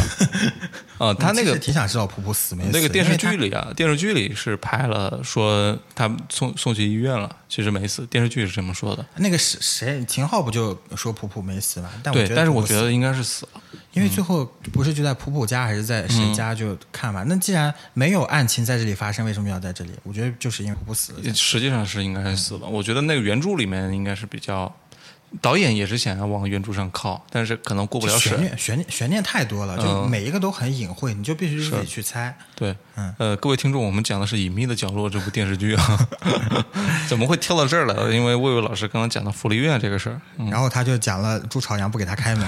[SPEAKER 1] 啊，他那
[SPEAKER 2] 我
[SPEAKER 1] 个
[SPEAKER 2] 其实挺想知道瀑布死没死，
[SPEAKER 1] 那个电视
[SPEAKER 2] 因
[SPEAKER 1] 剧
[SPEAKER 2] 为他
[SPEAKER 1] 里啊，电视剧里是拍了说他送送去医院了，其实没死。电视剧是这么说的，
[SPEAKER 2] 那个谁谁秦昊不就说瀑布没死吗？但我
[SPEAKER 1] 对
[SPEAKER 2] 觉，得
[SPEAKER 1] 但是我
[SPEAKER 2] 瀑布
[SPEAKER 1] 觉
[SPEAKER 2] 死
[SPEAKER 1] 得嗯应该是死了。
[SPEAKER 2] 因为最后不是就在普普家还是在谁家就看嘛？那既然没有案情在这里发生，为什么要在这里？我觉得就是因为普普死了。
[SPEAKER 1] 实际上是应该是死了。我觉得那个原著里面应该是比较，导演也是想要往原著上靠，但是可能过不了
[SPEAKER 2] 悬
[SPEAKER 1] 审。
[SPEAKER 2] 念悬念悬念太多
[SPEAKER 1] 嗯
[SPEAKER 2] 了，就每一个都很隐晦，你就必须自己去猜。
[SPEAKER 1] 对，
[SPEAKER 2] 嗯
[SPEAKER 1] 呃，各位听众，我们讲的是《隐秘的角落》这部电视剧啊， 怎么会跳到这儿来了？因为魏魏老师刚刚讲到福利院这个事儿， 嗯，
[SPEAKER 2] 然后他就讲了朱朝阳不给他 开门，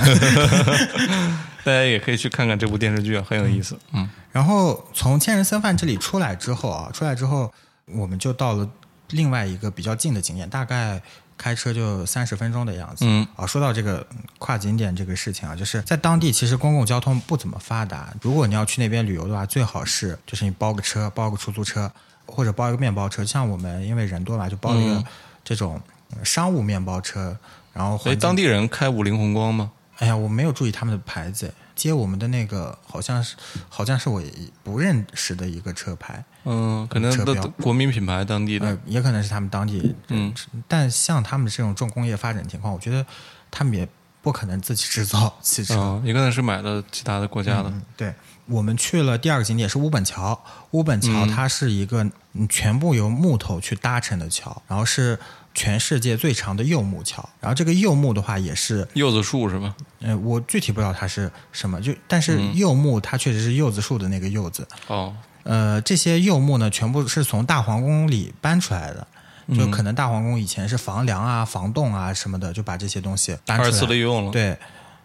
[SPEAKER 1] 大家也可以去看看这部电视剧，啊，很有意思。嗯，
[SPEAKER 2] 然后从千人僧饭这里出来之后啊，出来之后我们就到了另外一个比较近的景点，大概开车就三十分钟的样子。
[SPEAKER 1] 嗯
[SPEAKER 2] 啊，说到这个嗯跨景点这个事情啊，就是在当地其实公共交通不怎么发达，如果你要去那边旅游的话，最好是就是你包个车，包个出租车，或者包一个面包车。像我们因为人多嘛，就包一
[SPEAKER 1] 嗯
[SPEAKER 2] 个这种呃商务面包车，然后
[SPEAKER 1] 所以
[SPEAKER 2] 环境
[SPEAKER 1] 哎当地人开五菱宏光吗？
[SPEAKER 2] 哎呀，我没有注意他们的牌子，接我们的那个好像是好像是我不认识的一个车牌，
[SPEAKER 1] 嗯，可能
[SPEAKER 2] 车
[SPEAKER 1] 都
[SPEAKER 2] 标
[SPEAKER 1] 国民品牌当地的嗯
[SPEAKER 2] 呃，也可能是他们当地，嗯，但像他们这种重工业发展情况，我觉得他们也不可能自己制造 汽车。
[SPEAKER 1] 啊，也可能是买的其他的国家的
[SPEAKER 2] 嗯，对，我们去了第二个景点是乌本桥。乌本桥它是一个嗯全部由木头去搭成的桥，然后是全世界最长的柚木桥。然后这个柚木的话，也是
[SPEAKER 1] 柚子树是吧？
[SPEAKER 2] 呃，我具体不知道它是什么，就但是
[SPEAKER 1] 嗯
[SPEAKER 2] 柚木它确实是柚子树的那个柚子。
[SPEAKER 1] 哦，
[SPEAKER 2] 呃，这些柚木呢，全部是从大皇宫里搬出来的。就
[SPEAKER 1] 嗯
[SPEAKER 2] 可能大皇宫以前是房梁啊、房栋啊什么的，就把这些东西搬出来。
[SPEAKER 1] 二次利用了，
[SPEAKER 2] 对，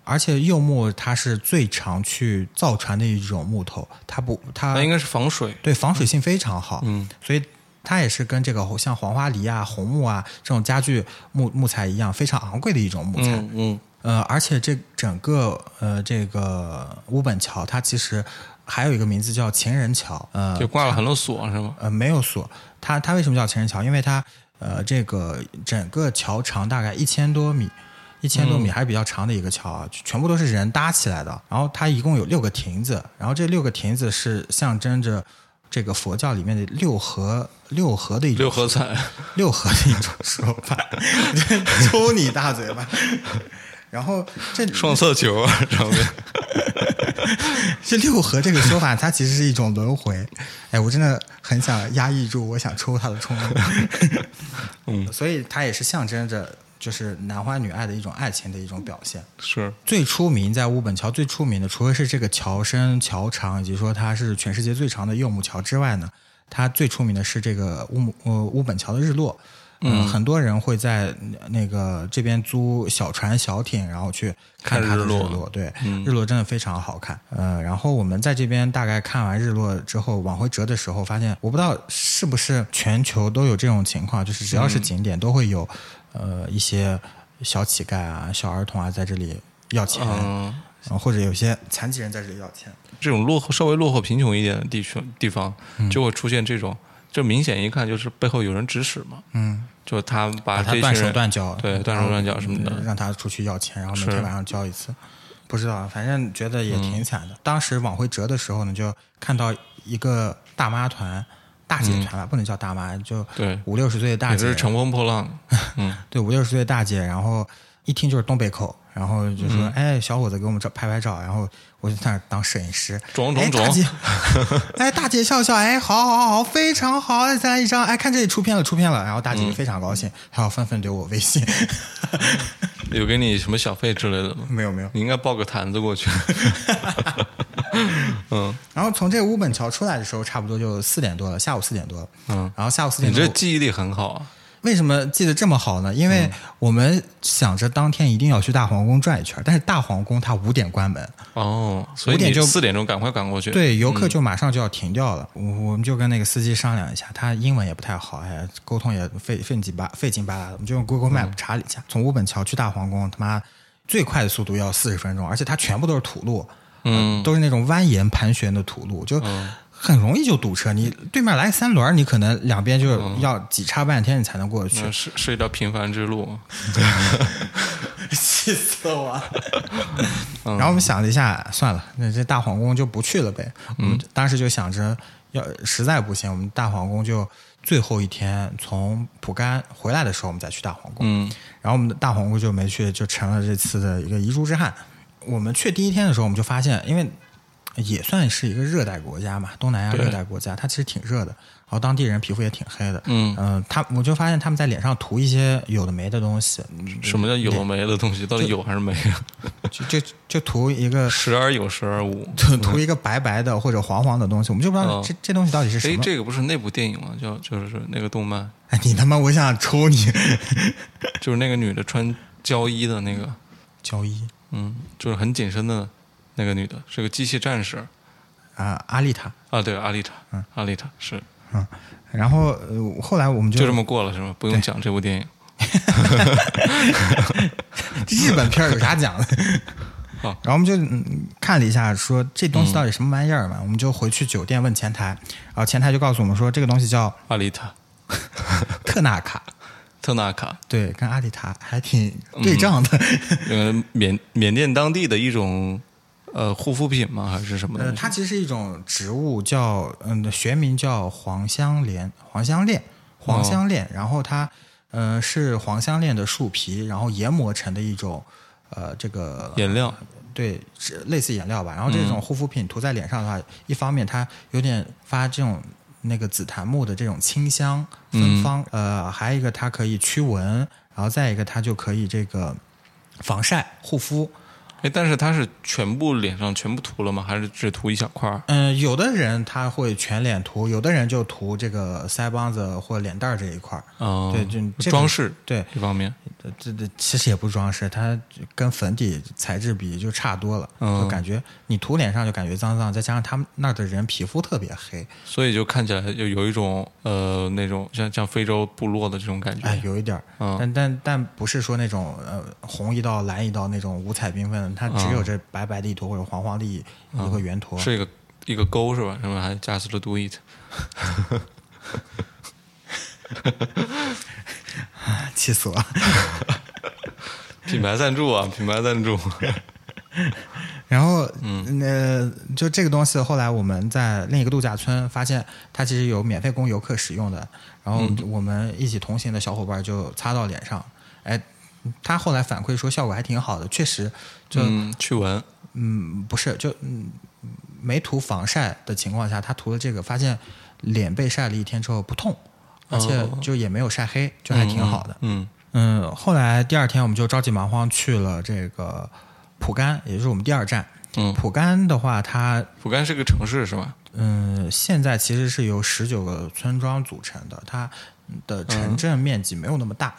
[SPEAKER 2] 而且柚木它是最常去造船的一种木头，它不它
[SPEAKER 1] 那应该是防水。
[SPEAKER 2] 对防水性非常好，
[SPEAKER 1] 嗯，
[SPEAKER 2] 所以它也是跟这个像黄花梨啊、红木啊这种家具木木材一样，非常昂贵的一种木材。
[SPEAKER 1] 嗯嗯，
[SPEAKER 2] 呃，而且这整个呃这个乌本桥，它其实还有一个名字叫情人桥，呃，
[SPEAKER 1] 就挂了很多锁是吗？
[SPEAKER 2] 呃没有锁。它它为什么叫情人桥？因为它呃这个整个桥长大概一千多米。一千多米还是比较长的一个桥啊，全部都是人搭起来的。然后它一共有六个亭子，然后这六个亭子是象征着这个佛教里面的六合六合的一种
[SPEAKER 1] 六合彩，
[SPEAKER 2] 六合的一种说法， 抽你大嘴巴。 然后这
[SPEAKER 1] 双色球啊，上面。
[SPEAKER 2] 这六合这个说法，它其实是一种轮回。哎，我真的很想压抑住我想抽他的冲动。
[SPEAKER 1] 嗯，
[SPEAKER 2] 所以它也是象征着就是男欢女爱的一种爱情的一种表现。
[SPEAKER 1] 是，
[SPEAKER 2] 最出名在乌本桥最出名的，除了是这个桥身、桥长，以及说它是全世界最长的柚木桥之外呢，它最出名的是这个乌姆呃乌本桥的日落。嗯、很多人会在那个这边租小船、小艇，然后去看它
[SPEAKER 1] 看
[SPEAKER 2] 的
[SPEAKER 1] 日落
[SPEAKER 2] 对，日落真的非常好看。呃，然后我们在这边大概看完日落之后，往回折的时候，发现我不知道是不是全球都有这种情况，就是只要是景点都会有，呃，一些小乞丐啊、小儿童啊在这里要钱，
[SPEAKER 1] 嗯，
[SPEAKER 2] 呃或者有些残疾人在这里要钱。
[SPEAKER 1] 这种落后稍微落后贫穷一点的地区地方，就会出现这种，这明显一看就是背后有人指使嘛，
[SPEAKER 2] 嗯，
[SPEAKER 1] 就他把
[SPEAKER 2] 把他
[SPEAKER 1] 这
[SPEAKER 2] 断
[SPEAKER 1] 群
[SPEAKER 2] 手
[SPEAKER 1] 人
[SPEAKER 2] 断脚，
[SPEAKER 1] 对断手断脚什么的
[SPEAKER 2] 嗯让他出去要钱，然后每
[SPEAKER 1] 是嗯
[SPEAKER 2] 天晚上交一次。不知道，啊反正觉得也挺惨的。当时往回折的时候呢，就看到一个大妈团、大姐团吧，不能叫大妈，就
[SPEAKER 1] 嗯对
[SPEAKER 2] 五六十岁的大
[SPEAKER 1] 也
[SPEAKER 2] 姐
[SPEAKER 1] 是，乘风破浪，嗯，
[SPEAKER 2] 对五六十岁的大姐，然后一听就是东北口，然后就
[SPEAKER 1] 嗯
[SPEAKER 2] 说：“哎，小伙子，给我们照拍拍照。”然后我就在那儿当摄影师，
[SPEAKER 1] 种
[SPEAKER 2] 哎，
[SPEAKER 1] 种种
[SPEAKER 2] 大姐，哎，大姐笑笑，哎，好好好，非常好，哎，再来一张，哎，看这里出片了，出片了。然后大姐
[SPEAKER 1] 嗯
[SPEAKER 2] 就非常高兴，还要纷纷留我微信。
[SPEAKER 1] 有给你什么小费之类的吗？
[SPEAKER 2] 没有没有。
[SPEAKER 1] 你应该抱个坛子过去，嗯
[SPEAKER 2] 然后从这乌本桥出来的时候，差不多就四点多了，下午四点多了。
[SPEAKER 1] 嗯，
[SPEAKER 2] 然后下午四
[SPEAKER 1] 你
[SPEAKER 2] 点多
[SPEAKER 1] 这，记忆力很好啊，
[SPEAKER 2] 为什么记得这么好呢？因
[SPEAKER 1] 嗯
[SPEAKER 2] 为我们想着当天一定要去大皇宫转一圈，但是大皇宫它五点关门，
[SPEAKER 1] 哦，所以
[SPEAKER 2] 五点
[SPEAKER 1] 你
[SPEAKER 2] 就
[SPEAKER 1] 四点钟赶快赶过去，
[SPEAKER 2] 对，游
[SPEAKER 1] 嗯
[SPEAKER 2] 客就马上就要停掉了。我我们就跟那个司机商量一下，他英文也不太好，哎呀，沟通也费费劲巴费劲巴拉的，我们就用 Google
[SPEAKER 1] 嗯
[SPEAKER 2] Map 查了一下，从乌本桥去大皇宫，他妈最快的速度要四十分钟，而且它全部都是土路，呃
[SPEAKER 1] 嗯，
[SPEAKER 2] 都是那种蜿蜒盘旋的土路，就很容易就堵车。你对面来三轮，你可能两边就要挤插半天，你才能过去。
[SPEAKER 1] 嗯那是是一条平凡之路，
[SPEAKER 2] 气死我！
[SPEAKER 1] 嗯
[SPEAKER 2] 然后我们想了一下，算了，那这大皇宫就不去了呗。
[SPEAKER 1] 嗯
[SPEAKER 2] 我们当时就想着，要实在不行，我们大皇宫就最后一天从蒲甘回来的时候，我们再去大皇宫。
[SPEAKER 1] 嗯
[SPEAKER 2] 然后我们的大皇宫就没去，就成了这次的一个遗珠之憾。我们去第一天的时候，我们就发现，因为也算是一个热带国家嘛，东南亚
[SPEAKER 1] 对
[SPEAKER 2] 热带国家，它其实挺热的，然后当地人皮肤也挺黑的。
[SPEAKER 1] 嗯，
[SPEAKER 2] 嗯，他我就发现他们在脸上涂一些有的没的东西，
[SPEAKER 1] 什么叫有没的东西？到底有还是没啊？
[SPEAKER 2] 就就就涂一个
[SPEAKER 1] 时而有，时而 无。
[SPEAKER 2] 涂涂一个白白的或者黄黄的东西，我们就不知道
[SPEAKER 1] 嗯
[SPEAKER 2] 这、这东西到底是什
[SPEAKER 1] 哎，
[SPEAKER 2] 么。
[SPEAKER 1] 这个不是那部电影吗？叫就是那个动漫，
[SPEAKER 2] 哎，你他妈，我想抽你！
[SPEAKER 1] 就是那个女的穿胶衣的那个，
[SPEAKER 2] 交易
[SPEAKER 1] 嗯，就是很紧身的那个女的，是个机器战士
[SPEAKER 2] 啊，阿丽塔，
[SPEAKER 1] 啊。对，阿丽塔，阿丽塔是
[SPEAKER 2] 嗯，然后、呃、后来我们就
[SPEAKER 1] 就这么过了是吗？不用讲这部电影。
[SPEAKER 2] 日本片儿有啥讲 的？
[SPEAKER 1] 好
[SPEAKER 2] 然后我们就、嗯、看了一下，说这
[SPEAKER 1] 嗯
[SPEAKER 2] 东西到底什么玩意儿嘛？我们就回去酒店问前台，然后前台就告诉我们说，这个东西叫
[SPEAKER 1] 阿丽塔，
[SPEAKER 2] 特纳卡，
[SPEAKER 1] 特纳卡，
[SPEAKER 2] 对，跟阿丽塔还挺
[SPEAKER 1] 嗯
[SPEAKER 2] 对仗的。
[SPEAKER 1] 呃，缅缅甸当地的一种呃护肤品吗？还是什么
[SPEAKER 2] 呃，
[SPEAKER 1] 东西？
[SPEAKER 2] 它其实是一种植物叫，嗯，学名叫黄香莲、黄香恋、黄香恋。然后它，呃，是黄香恋的树皮，然后研磨成的一种，呃，这个
[SPEAKER 1] 颜料，
[SPEAKER 2] 对，是类似颜料吧。然后这种护肤品涂在脸上的话，一方面它有点发这种那个紫檀木的这种清香芬芳，呃，还有一个它可以驱蚊，然后再一个它就可以这个防晒护肤。
[SPEAKER 1] 哎，但是它是全部脸上全部涂了吗？还是只涂一小块儿？
[SPEAKER 2] 嗯，有的人他会全脸涂，有的人就涂这个腮帮子或脸蛋儿这一块儿。
[SPEAKER 1] 哦，
[SPEAKER 2] 对就这个
[SPEAKER 1] 装饰
[SPEAKER 2] 对，
[SPEAKER 1] 这方面，
[SPEAKER 2] 这这这其实也不装饰，它跟粉底材质比就差多了，
[SPEAKER 1] 嗯
[SPEAKER 2] 就感觉你涂脸上就感觉脏脏，再加上他们那儿的人皮肤特别黑，
[SPEAKER 1] 所以就看起来就有一种呃那种像像非洲部落的这种感觉。
[SPEAKER 2] 哎，有一点儿。
[SPEAKER 1] 嗯
[SPEAKER 2] 但但但不是说那种呃红一道蓝一道那种五彩缤纷的，它只有这白白的一坨或者黄黄的一一个圆
[SPEAKER 1] 嗯
[SPEAKER 2] 坨。
[SPEAKER 1] 是一个一个沟是吧？上面还加 just do it，
[SPEAKER 2] 气死我！了。
[SPEAKER 1] 品牌赞助啊，品牌赞助。
[SPEAKER 2] 然后，嗯，呃，就这个东西，后来我们在另一个度假村发现，它其实有免费供游客使用的。然后我们一起同行的小伙伴就擦到脸上，哎，他后来反馈说效果还挺好的，确实就，嗯
[SPEAKER 1] 嗯，去闻，
[SPEAKER 2] 不是就嗯没涂防晒的情况下，他涂了这个，发现脸被晒了一天之后不痛，而且就也没有晒黑，就还挺好的。
[SPEAKER 1] 嗯
[SPEAKER 2] 嗯，后来第二天我们就着急忙慌去了这个蒲甘，也就是我们第二站。
[SPEAKER 1] 嗯，
[SPEAKER 2] 蒲甘的话，它
[SPEAKER 1] 蒲甘是个城市是吧？
[SPEAKER 2] 嗯现在其实是由十九个村庄组成的，它的城镇面积没有那么大。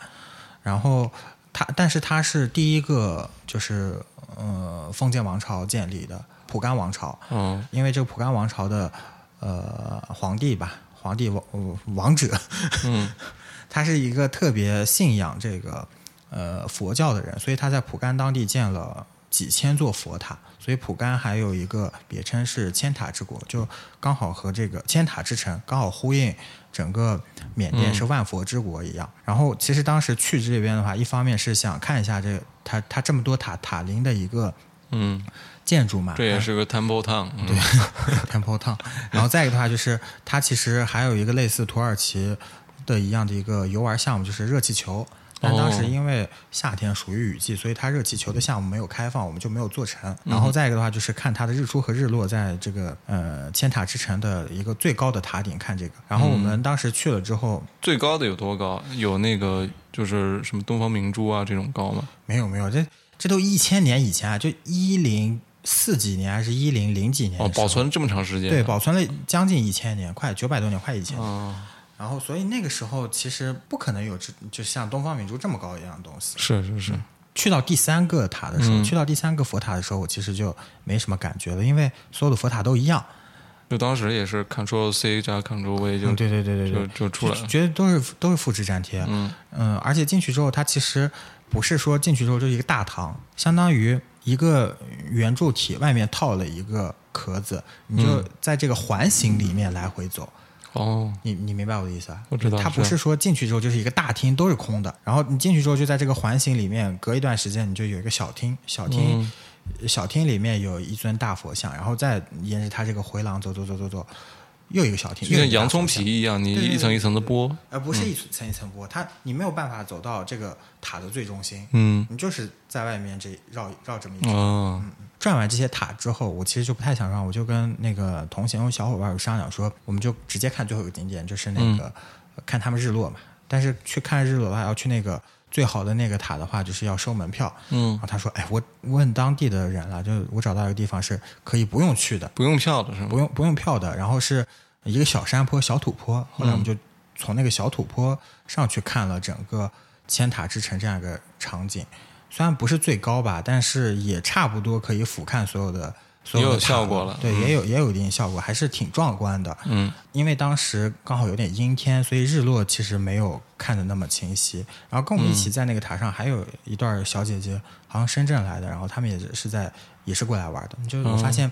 [SPEAKER 2] 然后它，但是它是第一个就是呃封建王朝建立的蒲甘王朝，
[SPEAKER 1] 嗯
[SPEAKER 2] 因为这个蒲甘王朝的呃皇帝吧，皇帝王呃王者，
[SPEAKER 1] 嗯
[SPEAKER 2] 他是一个特别信仰这个呃佛教的人，所以他在蒲甘当地建了几千座佛塔，所以蒲甘还有一个别称是千塔之国，就刚好和这个千塔之城刚好呼应。整个缅甸是万佛之国一样，然后其实当时去这边的话，一方面是想看一下这它它这么多塔塔林的一个
[SPEAKER 1] 嗯，
[SPEAKER 2] 建筑嘛，
[SPEAKER 1] 这也是个 Temple Town，嗯
[SPEAKER 2] 对 Temple Town。然后再一个的话，就是它其实还有一个类似土耳其的一样的一个游玩项目，就是热气球。但当
[SPEAKER 1] 哦
[SPEAKER 2] 时因为夏天属于雨季，所以它热气球的项目没有开放，我们就没有做成。然
[SPEAKER 1] 嗯
[SPEAKER 2] 后再一个的话，就是看它的日出和日落，在这个呃千塔之城的一个最高的塔顶看这个。然后我
[SPEAKER 1] 嗯
[SPEAKER 2] 们当时去了之后，
[SPEAKER 1] 最高的有多高？有那个就是什么东方明珠啊这种高吗？
[SPEAKER 2] 没有没有，这这都一千年以前啊，就一零四几年还是一零零几年
[SPEAKER 1] 哦，
[SPEAKER 2] 的时候
[SPEAKER 1] 保存这么长时间？
[SPEAKER 2] 对，保存了将近一千年，快九百多年，快一千年。
[SPEAKER 1] 啊，
[SPEAKER 2] 然后，所以那个时候其实不可能有这就像东方明珠这么高一样的东西。
[SPEAKER 1] 是是是，
[SPEAKER 2] 去到第三个塔的时候，
[SPEAKER 1] 嗯
[SPEAKER 2] 去到第三个佛塔的时候，我其实就没什么感觉了，因为所有的佛塔都一样。
[SPEAKER 1] 就当时也是 Control C 加 Control V 就
[SPEAKER 2] 嗯，对对对对
[SPEAKER 1] 就
[SPEAKER 2] 对，
[SPEAKER 1] 就出来了。
[SPEAKER 2] 觉得都是都是复制粘贴。
[SPEAKER 1] 嗯
[SPEAKER 2] 嗯，而且进去之后，它其实不是说进去之后就是一个大堂，相当于一个圆柱体外面套了一个壳子，你就
[SPEAKER 1] 嗯
[SPEAKER 2] 在这个环形里面来回走。
[SPEAKER 1] 哦，
[SPEAKER 2] 你你明白我的意思啊？
[SPEAKER 1] 我知道
[SPEAKER 2] 它不
[SPEAKER 1] 是
[SPEAKER 2] 是说进去之后就是一个大厅都是空的，然后你进去之后就在这个环形里面，隔一段时间你就有一个小厅，小厅、
[SPEAKER 1] 嗯
[SPEAKER 2] 小厅里面有一尊大佛像，然后再沿着它这个回廊走走走走走，又一个小厅，
[SPEAKER 1] 就
[SPEAKER 2] 又
[SPEAKER 1] 像
[SPEAKER 2] 一个大
[SPEAKER 1] 洋葱
[SPEAKER 2] 佛像
[SPEAKER 1] 皮，嗯一样，你
[SPEAKER 2] 对对对
[SPEAKER 1] 一层一层的剥。
[SPEAKER 2] 而不是一层一层剥，它你没有办法走到这个塔的最中心，
[SPEAKER 1] 嗯，
[SPEAKER 2] 你就是在外面这绕绕这么一圈。
[SPEAKER 1] 哦，
[SPEAKER 2] 转完这些塔之后，我其实就不太想让，我就跟那个同行小伙伴有商量说，我们就直接看最后一个景点，就是那个、呃看他们日落嘛。但是去看日落的话，要去那个最好的那个塔的话，就是要收门票。
[SPEAKER 1] 嗯
[SPEAKER 2] 然，后他说：“哎，我问当地的人了，就我找到一个地方是可以不用去的，
[SPEAKER 1] 不用票的是吗？
[SPEAKER 2] 不用不用票的，然后是一个小山坡、小土坡。后来我们
[SPEAKER 1] 嗯
[SPEAKER 2] 就从那个小土坡上去看了整个千塔之城这样一个场景，虽然不是最高吧，但是也差不多可以俯瞰所有的。所有
[SPEAKER 1] 也
[SPEAKER 2] 的
[SPEAKER 1] 有
[SPEAKER 2] 塔
[SPEAKER 1] 效果了
[SPEAKER 2] 对，也有也有一定效果，还是挺壮观的。
[SPEAKER 1] 嗯，
[SPEAKER 2] 因为当时刚好有点阴天，所以日落其实没有看的那么清晰。然后跟我们一
[SPEAKER 1] 嗯
[SPEAKER 2] 起在那个塔上还有一段小姐姐，好像深圳来的，然后他们也是在也是过来玩的。就是
[SPEAKER 1] 哦
[SPEAKER 2] 我发现，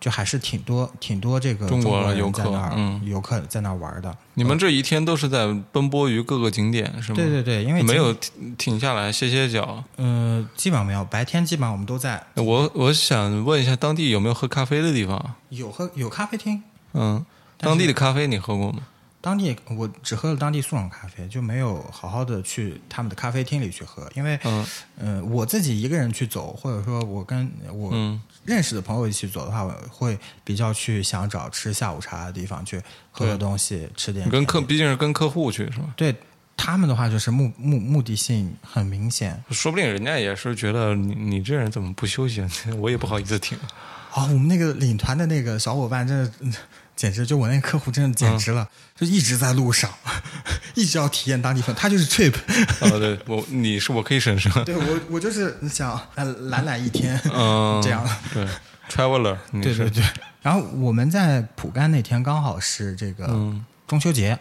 [SPEAKER 2] 就还是挺多挺多这个
[SPEAKER 1] 中国
[SPEAKER 2] 国
[SPEAKER 1] 游
[SPEAKER 2] 人
[SPEAKER 1] 客
[SPEAKER 2] 在那儿
[SPEAKER 1] 嗯
[SPEAKER 2] 游客在那儿玩的。
[SPEAKER 1] 你们这一天都是在奔波于各个景点是吗？
[SPEAKER 2] 嗯对对对，因为
[SPEAKER 1] 嗯没有停停下来歇歇脚。
[SPEAKER 2] 呃，基本上没有白天，基本上我们都在
[SPEAKER 1] 我我想问一下，当地有没有喝咖啡的地方？啊
[SPEAKER 2] 有喝有咖啡厅，
[SPEAKER 1] 嗯，
[SPEAKER 2] 但是
[SPEAKER 1] 当地的咖啡你喝过吗？
[SPEAKER 2] 当地我只喝了当地速溶咖啡，就没有好好的去他们的咖啡厅里去喝，因为，
[SPEAKER 1] 嗯
[SPEAKER 2] 呃，我自己一个人去走，或者说我跟我
[SPEAKER 1] 嗯
[SPEAKER 2] 认识的朋友一起走的话，我会比较去想找吃下午茶的地方去喝个东西，吃点
[SPEAKER 1] 你跟
[SPEAKER 2] 甜
[SPEAKER 1] 客
[SPEAKER 2] 点
[SPEAKER 1] 毕竟是跟客户去是吧？
[SPEAKER 2] 对他们的话就是目目目的性很明显
[SPEAKER 1] 说不定人家也是觉得你你这人怎么不休息啊？ 我也不好意思听。
[SPEAKER 2] 啊、我们那个领团的那个小伙伴真的。嗯简直就我那个客户真的简直
[SPEAKER 1] 嗯
[SPEAKER 2] 了，就一直在路上， 一直要体验当地风，他就是 trip，
[SPEAKER 1] 啊，对我你是我可以省省。
[SPEAKER 2] 对我，我就是想呃懒懒一天，
[SPEAKER 1] 嗯，
[SPEAKER 2] 这样。
[SPEAKER 1] 对，traveler，你
[SPEAKER 2] 对
[SPEAKER 1] 是
[SPEAKER 2] 对对。然后我们在蒲甘那天刚好是这个
[SPEAKER 1] 嗯
[SPEAKER 2] 中秋节，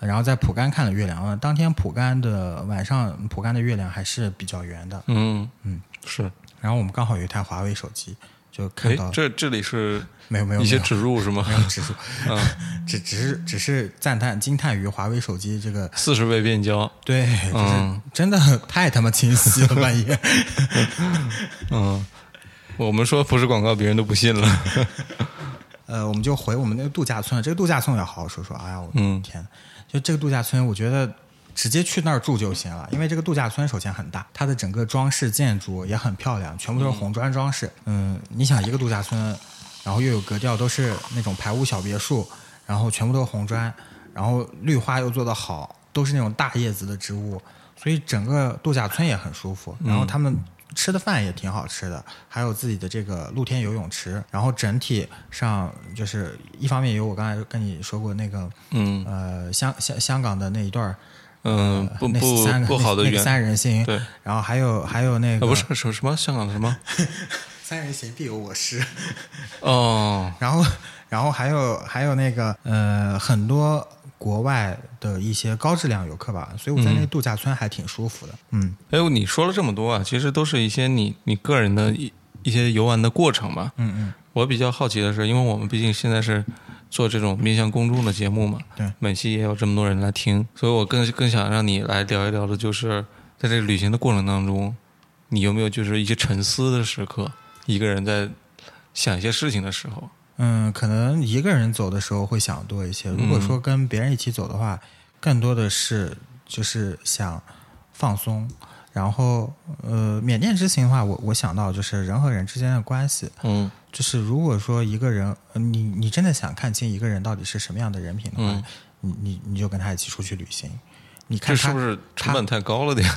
[SPEAKER 2] 然后在蒲甘看了月亮。当天蒲甘的晚上，蒲甘的月亮还是比较圆的。
[SPEAKER 1] 嗯嗯是。
[SPEAKER 2] 然后我们刚好有一台华为手机，就看
[SPEAKER 1] 哎
[SPEAKER 2] 到，
[SPEAKER 1] 这这里是
[SPEAKER 2] 没有没有
[SPEAKER 1] 一些
[SPEAKER 2] 没有
[SPEAKER 1] 植入是吗？
[SPEAKER 2] 没有指数， 只只是只是赞叹惊叹于华为手机这个
[SPEAKER 1] 四十倍变焦，
[SPEAKER 2] 对，就是
[SPEAKER 1] 嗯
[SPEAKER 2] 真的太他妈清晰了，半夜。
[SPEAKER 1] 嗯，我们说不是广告，别人都不信了。嗯
[SPEAKER 2] 呃，我们就回我们那个度假村了。这个度假村我要好好说说。哎呀，我的
[SPEAKER 1] 嗯
[SPEAKER 2] 天！就这个度假村，我觉得直接去那儿住就行了，因为这个度假村首先很大，它的整个装饰建筑也很漂亮，全部都是红砖装饰。嗯，你想一个度假村，然后又有格调，都是那种排屋小别墅，然后全部都是红砖，然后绿化又做得好，都是那种大叶子的植物，所以整个度假村也很舒服。然后他们吃的饭也挺好吃的，还有自己的这个露天游泳池。然后整体上就是一方面有我刚才跟你说过那个，
[SPEAKER 1] 嗯
[SPEAKER 2] 呃，香香香港的那一段儿，
[SPEAKER 1] 嗯，
[SPEAKER 2] 呃
[SPEAKER 1] 不
[SPEAKER 2] 那
[SPEAKER 1] 不
[SPEAKER 2] 三个
[SPEAKER 1] 不好的
[SPEAKER 2] 那那个
[SPEAKER 1] 原啊，
[SPEAKER 2] 三人行，
[SPEAKER 1] 对，啊
[SPEAKER 2] 然后还有还有那个、
[SPEAKER 1] 不是什什么香港的什么
[SPEAKER 2] 三人行必有我师，
[SPEAKER 1] 哦，
[SPEAKER 2] 然后然后还有还有那个呃很多国外的一些高质量游客吧，所以
[SPEAKER 1] 嗯
[SPEAKER 2] 我在那个度假村还挺舒服的，嗯
[SPEAKER 1] 哎呦，你说了这么多啊，其实都是一些你你个人的一一些游玩的过程吧。
[SPEAKER 2] 嗯嗯，
[SPEAKER 1] 我比较好奇的是，因为我们毕竟现在是做这种面向公众的节目嘛，
[SPEAKER 2] 对，
[SPEAKER 1] 每期也有这么多人来听，所以我更更想让你来聊一聊的，就是在这个旅行的过程当中，你有没有就是一些沉思的时刻，一个人在想一些事情的时候，
[SPEAKER 2] 嗯，可能一个人走的时候会想多一些，
[SPEAKER 1] 嗯
[SPEAKER 2] 如果说跟别人一起走的话，更多的是就是想放松。然后，呃，缅甸之行的话，我我想到就是人和人之间的关系，
[SPEAKER 1] 嗯
[SPEAKER 2] 就是如果说一个人，呃你你真的想看清一个人到底是什么样的人品的话，
[SPEAKER 1] 嗯
[SPEAKER 2] 你你你就跟他一起出去旅行，你
[SPEAKER 1] 这
[SPEAKER 2] 看
[SPEAKER 1] 是
[SPEAKER 2] 他
[SPEAKER 1] 不是成本太高了点？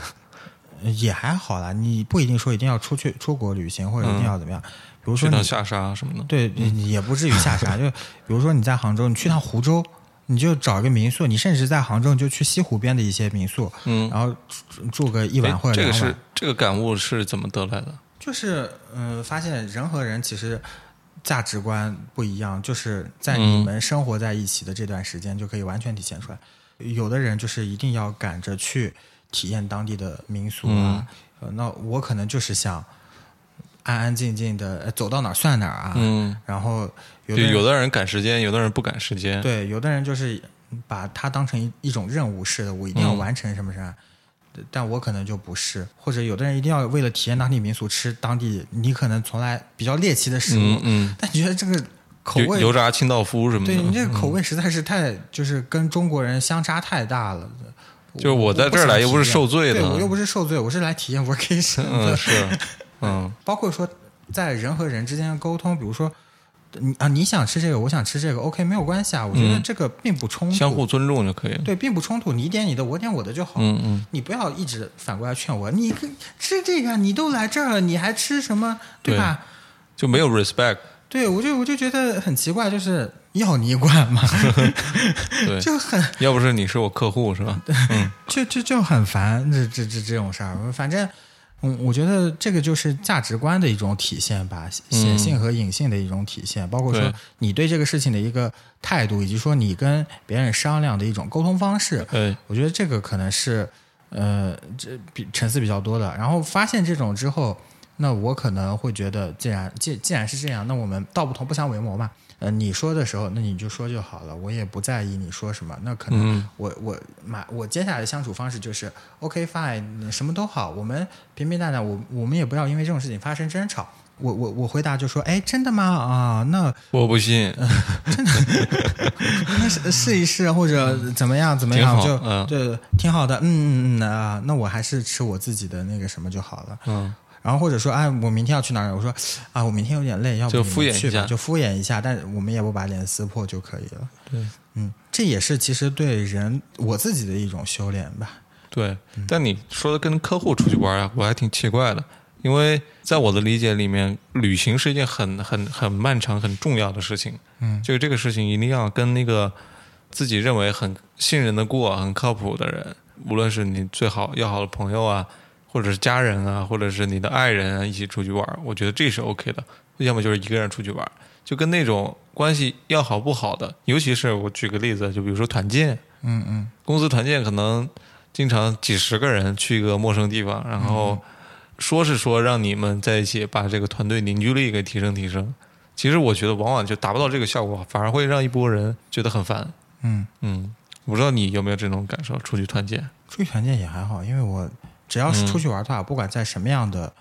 [SPEAKER 2] 呃也还好啦，你不一定说一定要出去出国旅行或者一定要怎么样，比如
[SPEAKER 1] 嗯去
[SPEAKER 2] 说你
[SPEAKER 1] 趟下沙什么的，
[SPEAKER 2] 对，
[SPEAKER 1] 嗯
[SPEAKER 2] 你也不至于下沙，就比如说你在杭州，你去趟湖州。你就找一个民宿，你甚至在杭州你就去西湖边的一些民宿，
[SPEAKER 1] 嗯
[SPEAKER 2] 然后住住个一
[SPEAKER 1] 哎
[SPEAKER 2] 晚或者
[SPEAKER 1] 这
[SPEAKER 2] 两
[SPEAKER 1] 个
[SPEAKER 2] 晚，啊
[SPEAKER 1] 是这个感悟是怎么得来的？
[SPEAKER 2] 就是嗯、呃发现人和人其实价值观不一样，就是在
[SPEAKER 1] 嗯
[SPEAKER 2] 你们生活在一起的这段时间就可以完全体现出来。有的人就是一定要赶着去体验当地的民俗
[SPEAKER 1] 嗯
[SPEAKER 2] 啊，呃，那我可能就是想安安静静的走到哪儿算哪儿啊。
[SPEAKER 1] 嗯，
[SPEAKER 2] 然后
[SPEAKER 1] 就
[SPEAKER 2] 有的人
[SPEAKER 1] 有的人赶时间，有的人不赶时间，
[SPEAKER 2] 对，有的人就是把它当成一一种任务似的，我一定要
[SPEAKER 1] 嗯
[SPEAKER 2] 完成什么什么。但我可能就不是，或者有的人一定要为了体验当地民俗吃当地你可能从来比较猎奇的食物，
[SPEAKER 1] 嗯嗯，
[SPEAKER 2] 但你觉得这个口
[SPEAKER 1] 油
[SPEAKER 2] 味，
[SPEAKER 1] 油炸清道夫什么的，
[SPEAKER 2] 对你这个口味实在是太、就是跟中国人相差太大了。
[SPEAKER 1] 就是我在这儿
[SPEAKER 2] 想
[SPEAKER 1] 来又
[SPEAKER 2] 体
[SPEAKER 1] 不是
[SPEAKER 2] 验
[SPEAKER 1] 受罪
[SPEAKER 2] 对
[SPEAKER 1] 的
[SPEAKER 2] 我又不是受罪，我是来体验 vacation 的。
[SPEAKER 1] 嗯是，嗯
[SPEAKER 2] 包括说在人和人之间的沟通，比如说你啊你想吃这个，我想吃这个，OK 没有关系啊，我觉得
[SPEAKER 1] 嗯
[SPEAKER 2] 这个并不冲突，
[SPEAKER 1] 相互尊重就可以了。
[SPEAKER 2] 对，并不冲突，你点你的，我点我的就好。
[SPEAKER 1] 嗯嗯，
[SPEAKER 2] 你不要一直反过来劝我，你可吃这个，你都来这儿了，你还吃什么，对
[SPEAKER 1] 对
[SPEAKER 2] 吧？
[SPEAKER 1] 就没有 respect，
[SPEAKER 2] 对我就我就觉得很奇怪，就是要你管嘛，
[SPEAKER 1] 对，
[SPEAKER 2] 就很
[SPEAKER 1] 要不是你是我客户是吧？嗯
[SPEAKER 2] 就就就很烦这这这这种事儿。反正，嗯，我觉得这个就是价值观的一种体现吧，显性和隐性的一种体现，包括说
[SPEAKER 1] 嗯对
[SPEAKER 2] 你对这个事情的一个态度，以及说你跟别人商量的一种沟通方式。
[SPEAKER 1] 对，
[SPEAKER 2] 我觉得这个可能是呃，这比层次比较多的。然后发现这种之后，那我可能会觉得，既然既既然是这样，那我们道不同不相为谋嘛。呃，你说的时候，那你就说就好了，我也不在意你说什么。那可能
[SPEAKER 1] 嗯
[SPEAKER 2] 我、我马我接下来的相处方式就是，OK fine，什么都好，我们平平淡淡，我我们也不要因为这种事情发生争吵。我我我回答就说，哎，真的吗？啊，那
[SPEAKER 1] 我不 信，
[SPEAKER 2] 那试呃试一试或者怎么样怎么
[SPEAKER 1] 嗯挺
[SPEAKER 2] 样
[SPEAKER 1] 好
[SPEAKER 2] 就、
[SPEAKER 1] 嗯
[SPEAKER 2] 对挺好的，嗯嗯嗯啊，那我还是吃我自己的那个什么就好了。
[SPEAKER 1] 嗯，
[SPEAKER 2] 然后或者说，哎，我明天要去哪儿？我说啊，我明天有点累，要不
[SPEAKER 1] 就
[SPEAKER 2] 你们
[SPEAKER 1] 敷衍一
[SPEAKER 2] 去吧
[SPEAKER 1] 下
[SPEAKER 2] 就敷衍一下，但我们也不把脸撕破就可以了。
[SPEAKER 1] 对
[SPEAKER 2] 嗯，这也是其实对人我自己的一种修炼吧。
[SPEAKER 1] 对。但你说的跟客户出去玩啊，我还挺奇怪的，因为在我的理解里面，旅行是一件很很很漫长、很重要的事情。
[SPEAKER 2] 嗯，
[SPEAKER 1] 就这个事情一定要跟那个自己认为很信任的过、很靠谱的人，无论是你最好要好的朋友啊，或者是家人啊，或者是你的爱人啊，一起出去玩儿，我觉得这是 OK 的。要么就是一个人出去玩儿，就跟那种关系要好不好的，尤其是我举个例子，就比如说团建，
[SPEAKER 2] 嗯嗯
[SPEAKER 1] 公司团建可能经常几十个人去一个陌生地方，然后说是说让你们在一起把这个团队凝聚力给提升提升，其实我觉得往往就达不到这个效果，反而会让一波人觉得很烦。
[SPEAKER 2] 嗯，
[SPEAKER 1] 嗯，我不知道你有没有这种感受，出去团建，
[SPEAKER 2] 出去团建也还好，因为我只要
[SPEAKER 1] 嗯
[SPEAKER 2] 是出去玩的话，不管在什么样的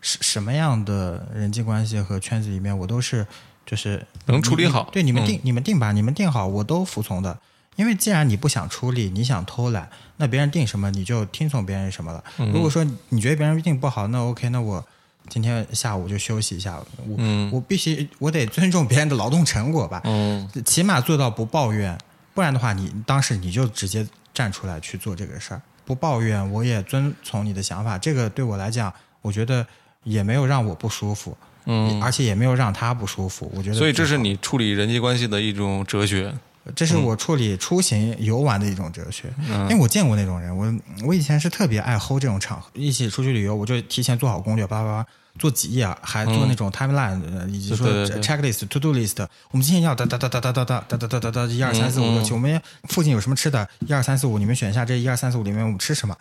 [SPEAKER 2] 什什么样的人际关系和圈子里面，我都是就是
[SPEAKER 1] 能处理
[SPEAKER 2] 你
[SPEAKER 1] 好
[SPEAKER 2] 对，你们
[SPEAKER 1] 嗯
[SPEAKER 2] 定、你们定吧，你们定好，我都服从的。因为既然你不想出力，你想偷懒，那别人定什么你就听从别人什么了。
[SPEAKER 1] 嗯
[SPEAKER 2] 如果说你觉得别人定不好，那 OK，那我今天下午就休息一下。我、
[SPEAKER 1] 嗯
[SPEAKER 2] 我必须我得尊重别人的劳动成果吧，
[SPEAKER 1] 嗯
[SPEAKER 2] 起码做到不抱怨。不然的话你，你当时你就直接站出来去做这个事儿，不抱怨，我也遵从你的想法。这个对我来讲，我觉得也没有让我不舒服，
[SPEAKER 1] 嗯，
[SPEAKER 2] 而且也没有让他不舒服。我觉得，
[SPEAKER 1] 所以这是你处理人际关系的一种哲学。
[SPEAKER 2] 这
[SPEAKER 1] 嗯
[SPEAKER 2] 是我处理出行游玩的一种哲学，因为我见过那种人，我我以前是特别爱齁这种场合，一起出去旅游，我就提前做好攻略，叭叭叭，做几页，啊还做那种 timeline，、呃以及
[SPEAKER 1] 嗯
[SPEAKER 2] 说
[SPEAKER 1] 对对对
[SPEAKER 2] checklist、to do list，我们今天要哒哒哒哒哒哒哒哒哒哒哒哒，一二三四
[SPEAKER 1] 嗯
[SPEAKER 2] 五六七，我们附近有什么吃的，一二三四五，你们选一下这一二三四五里面我们吃什么。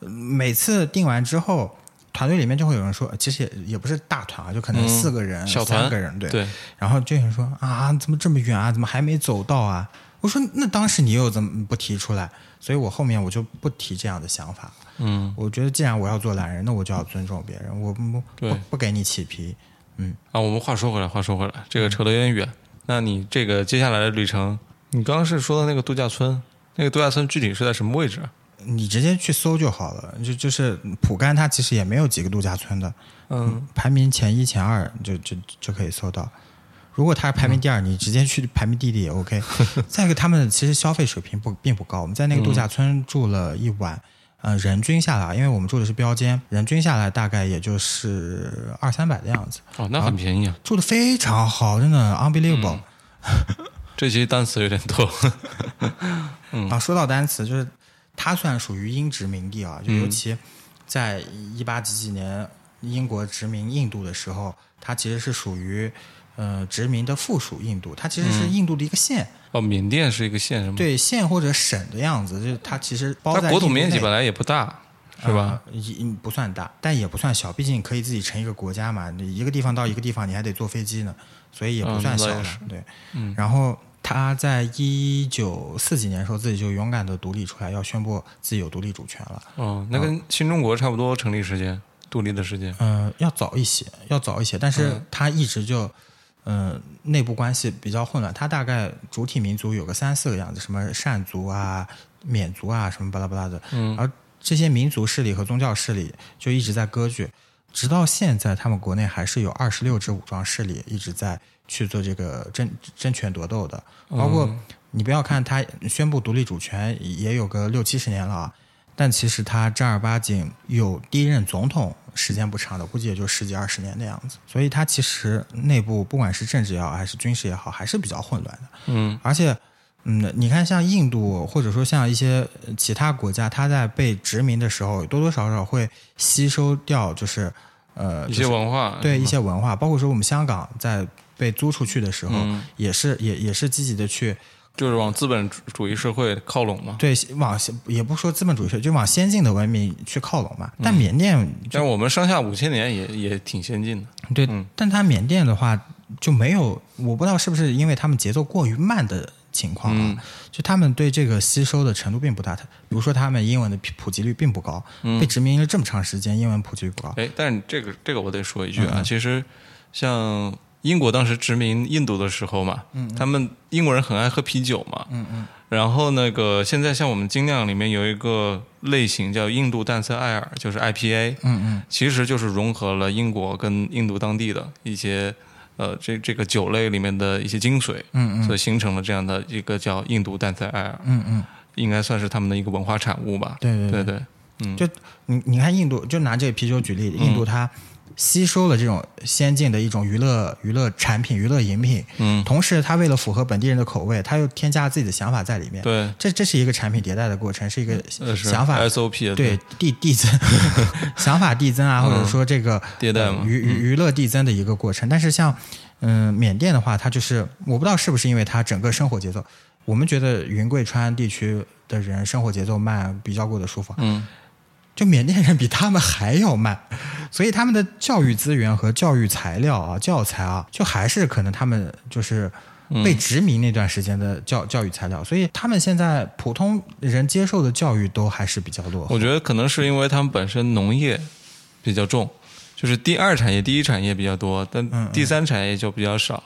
[SPEAKER 2] 呃每次定完之后，团队里面就会有人说，呃其实也也不是大团啊，就可能四个人、
[SPEAKER 1] 嗯小团
[SPEAKER 2] 三个人，对
[SPEAKER 1] 对，
[SPEAKER 2] 然后这人说啊，怎么这么远啊？怎么还没走到啊？我说那当时你又怎么不提出来？所以我后面我就不提这样的想法。
[SPEAKER 1] 嗯，
[SPEAKER 2] 我觉得既然我要做懒人，那我就要尊重别人，我不
[SPEAKER 1] 对
[SPEAKER 2] 不不给你起皮。
[SPEAKER 1] 啊，我们话说回来，话说回来，这
[SPEAKER 2] 嗯
[SPEAKER 1] 个扯得有点远。那你这个接下来的旅程，你刚刚是说的那个度假村，那个度假村具体是在什么位置啊？
[SPEAKER 2] 你直接去搜就好了，就就是普甘，它其实也没有几个度假村的，
[SPEAKER 1] 嗯，
[SPEAKER 2] 排名前一前二就就就可以搜到。如果它是排名第二，你直接去排名第一的也 OK。再一个，他们其实消费水平不并不高。我们在那个度假村住了一晚，呃，人均下来，因为我们住的是标间，人均下来大概也就是二三百的样子，
[SPEAKER 1] 哦，那很便宜啊。
[SPEAKER 2] 住的非常好，真的 unbelievable。
[SPEAKER 1] 这期单词有点多。嗯
[SPEAKER 2] 啊，说到单词，就是它虽然属于英殖民地啊，就
[SPEAKER 1] 嗯
[SPEAKER 2] 尤其在一八几几年英国殖民印度的时候，它其实是属于呃殖民的附属印度，它其实
[SPEAKER 1] 嗯
[SPEAKER 2] 是印度的一个县，
[SPEAKER 1] 哦，缅甸是一个县是吗？，
[SPEAKER 2] 对县或者省的样子，就是它其实包
[SPEAKER 1] 它
[SPEAKER 2] 在
[SPEAKER 1] 国土
[SPEAKER 2] 印度
[SPEAKER 1] 面积
[SPEAKER 2] 内
[SPEAKER 1] 本来也不大，是吧？？
[SPEAKER 2] 呃一、嗯不算大，但也不算小，毕竟可以自己成一个国家嘛。你一个地方到一个地方，你还得坐飞机呢，所以也不
[SPEAKER 1] 嗯
[SPEAKER 2] 算
[SPEAKER 1] 那
[SPEAKER 2] 小
[SPEAKER 1] 倒
[SPEAKER 2] 了。
[SPEAKER 1] 也是嗯
[SPEAKER 2] 对，然后他在一九四几年的时候，自己就勇敢的独立出来，要宣布自己有独立主权了。
[SPEAKER 1] 哦，那
[SPEAKER 2] 啊
[SPEAKER 1] 跟新中国差不多成立时间，独立的时间。
[SPEAKER 2] 嗯、要早一些，要早一些，但是他一直就。嗯，内部关系比较混乱。他大概主体民族有个三四个样子，什么善族啊、缅族啊，什么巴拉巴拉的。
[SPEAKER 1] 嗯，
[SPEAKER 2] 而这些民族势力和宗教势力就一直在割据，直到现在，他们国内还是有二十六支武装势力一直在去做这个争争权夺斗的。包括你不要看他宣布独立主权也有个六七十年了啊，但其实他正儿八经有第一任总统时间不长的，估计也就十几二十年的样子。所以他其实内部不管是政治也好，还是军事也好，还是比较混乱的。
[SPEAKER 1] 嗯
[SPEAKER 2] 而且，嗯，你看，像印度或者说像一些呃其他国家，它在被殖民的时候，多多少少会吸收掉，就是呃，
[SPEAKER 1] 一
[SPEAKER 2] 就
[SPEAKER 1] 些
[SPEAKER 2] 是
[SPEAKER 1] 文化。
[SPEAKER 2] 对一些文化，包括说我们香港在被租出去的时候，
[SPEAKER 1] 嗯
[SPEAKER 2] 也是也也是积极的去
[SPEAKER 1] 就是往资本主义社会靠拢嘛。
[SPEAKER 2] 对往先也不说资本主义社会，就往先进的文明去靠拢嘛。
[SPEAKER 1] 嗯
[SPEAKER 2] 但缅甸就、
[SPEAKER 1] 但是我们上下五千年也也挺先进的。
[SPEAKER 2] 对，但它缅甸的话就没有，我不知道是不是因为他们节奏过于慢的情况啊，
[SPEAKER 1] 嗯
[SPEAKER 2] 就他们对这个吸收的程度并不大。它比如说他们英文的普普及率并不高，
[SPEAKER 1] 嗯
[SPEAKER 2] 被殖民了这么长时间，英文普及率不高。
[SPEAKER 1] 哎，但是这个这个我得说一句
[SPEAKER 2] 嗯
[SPEAKER 1] 啊，其实像英国当时殖民印度的时候嘛，
[SPEAKER 2] 嗯
[SPEAKER 1] 他们英国人很爱喝啤酒嘛，嗯嗯，然后那个现在像我们精酿里面有一个类型叫印度淡色艾尔，就是 IPA，
[SPEAKER 2] 嗯嗯，
[SPEAKER 1] 其实就是融合了英国跟印度当地的一些呃这这个酒类里面的一些精髓，
[SPEAKER 2] 嗯
[SPEAKER 1] 所以形成了这样的一个叫印度淡色艾尔，
[SPEAKER 2] 嗯嗯，
[SPEAKER 1] 应该算是他们的一个文化产物吧，
[SPEAKER 2] 对
[SPEAKER 1] 对
[SPEAKER 2] 对
[SPEAKER 1] 对，嗯
[SPEAKER 2] 就你你看印度，就拿这个啤酒举例，印度它吸收了这种先进的一种娱乐娱乐产品、娱乐饮品，
[SPEAKER 1] 嗯，
[SPEAKER 2] 同时它为了符合本地人的口味，它又添加自己的想法在里面。
[SPEAKER 1] 对，
[SPEAKER 2] 这这是一个产品迭代的过程，是一个
[SPEAKER 1] 呃是
[SPEAKER 2] 想法
[SPEAKER 1] SOP 的
[SPEAKER 2] 对递 递增想法递增啊，或者说这个
[SPEAKER 1] 嗯迭代嘛嗯
[SPEAKER 2] 呃娱娱娱乐递增的一个过程。但是像嗯、缅甸的话，它就是我不知道是不是因为它整个生活节奏，我们觉得云贵川地区的人生活节奏慢，比较过得舒服。啊
[SPEAKER 1] 嗯。
[SPEAKER 2] 就缅甸人比他们还要慢，所以他们的教育资源和教育材料啊、教材啊，就还是可能他们就是
[SPEAKER 1] 嗯
[SPEAKER 2] 被殖民那段时间的教、教育材料，所以他们现在普通人接受的教育都还是比较落后。
[SPEAKER 1] 我觉得可能是因为他们本身农业比较重，就是第二产业、第一产业比较多，
[SPEAKER 2] 嗯
[SPEAKER 1] 但第三产业就比较少，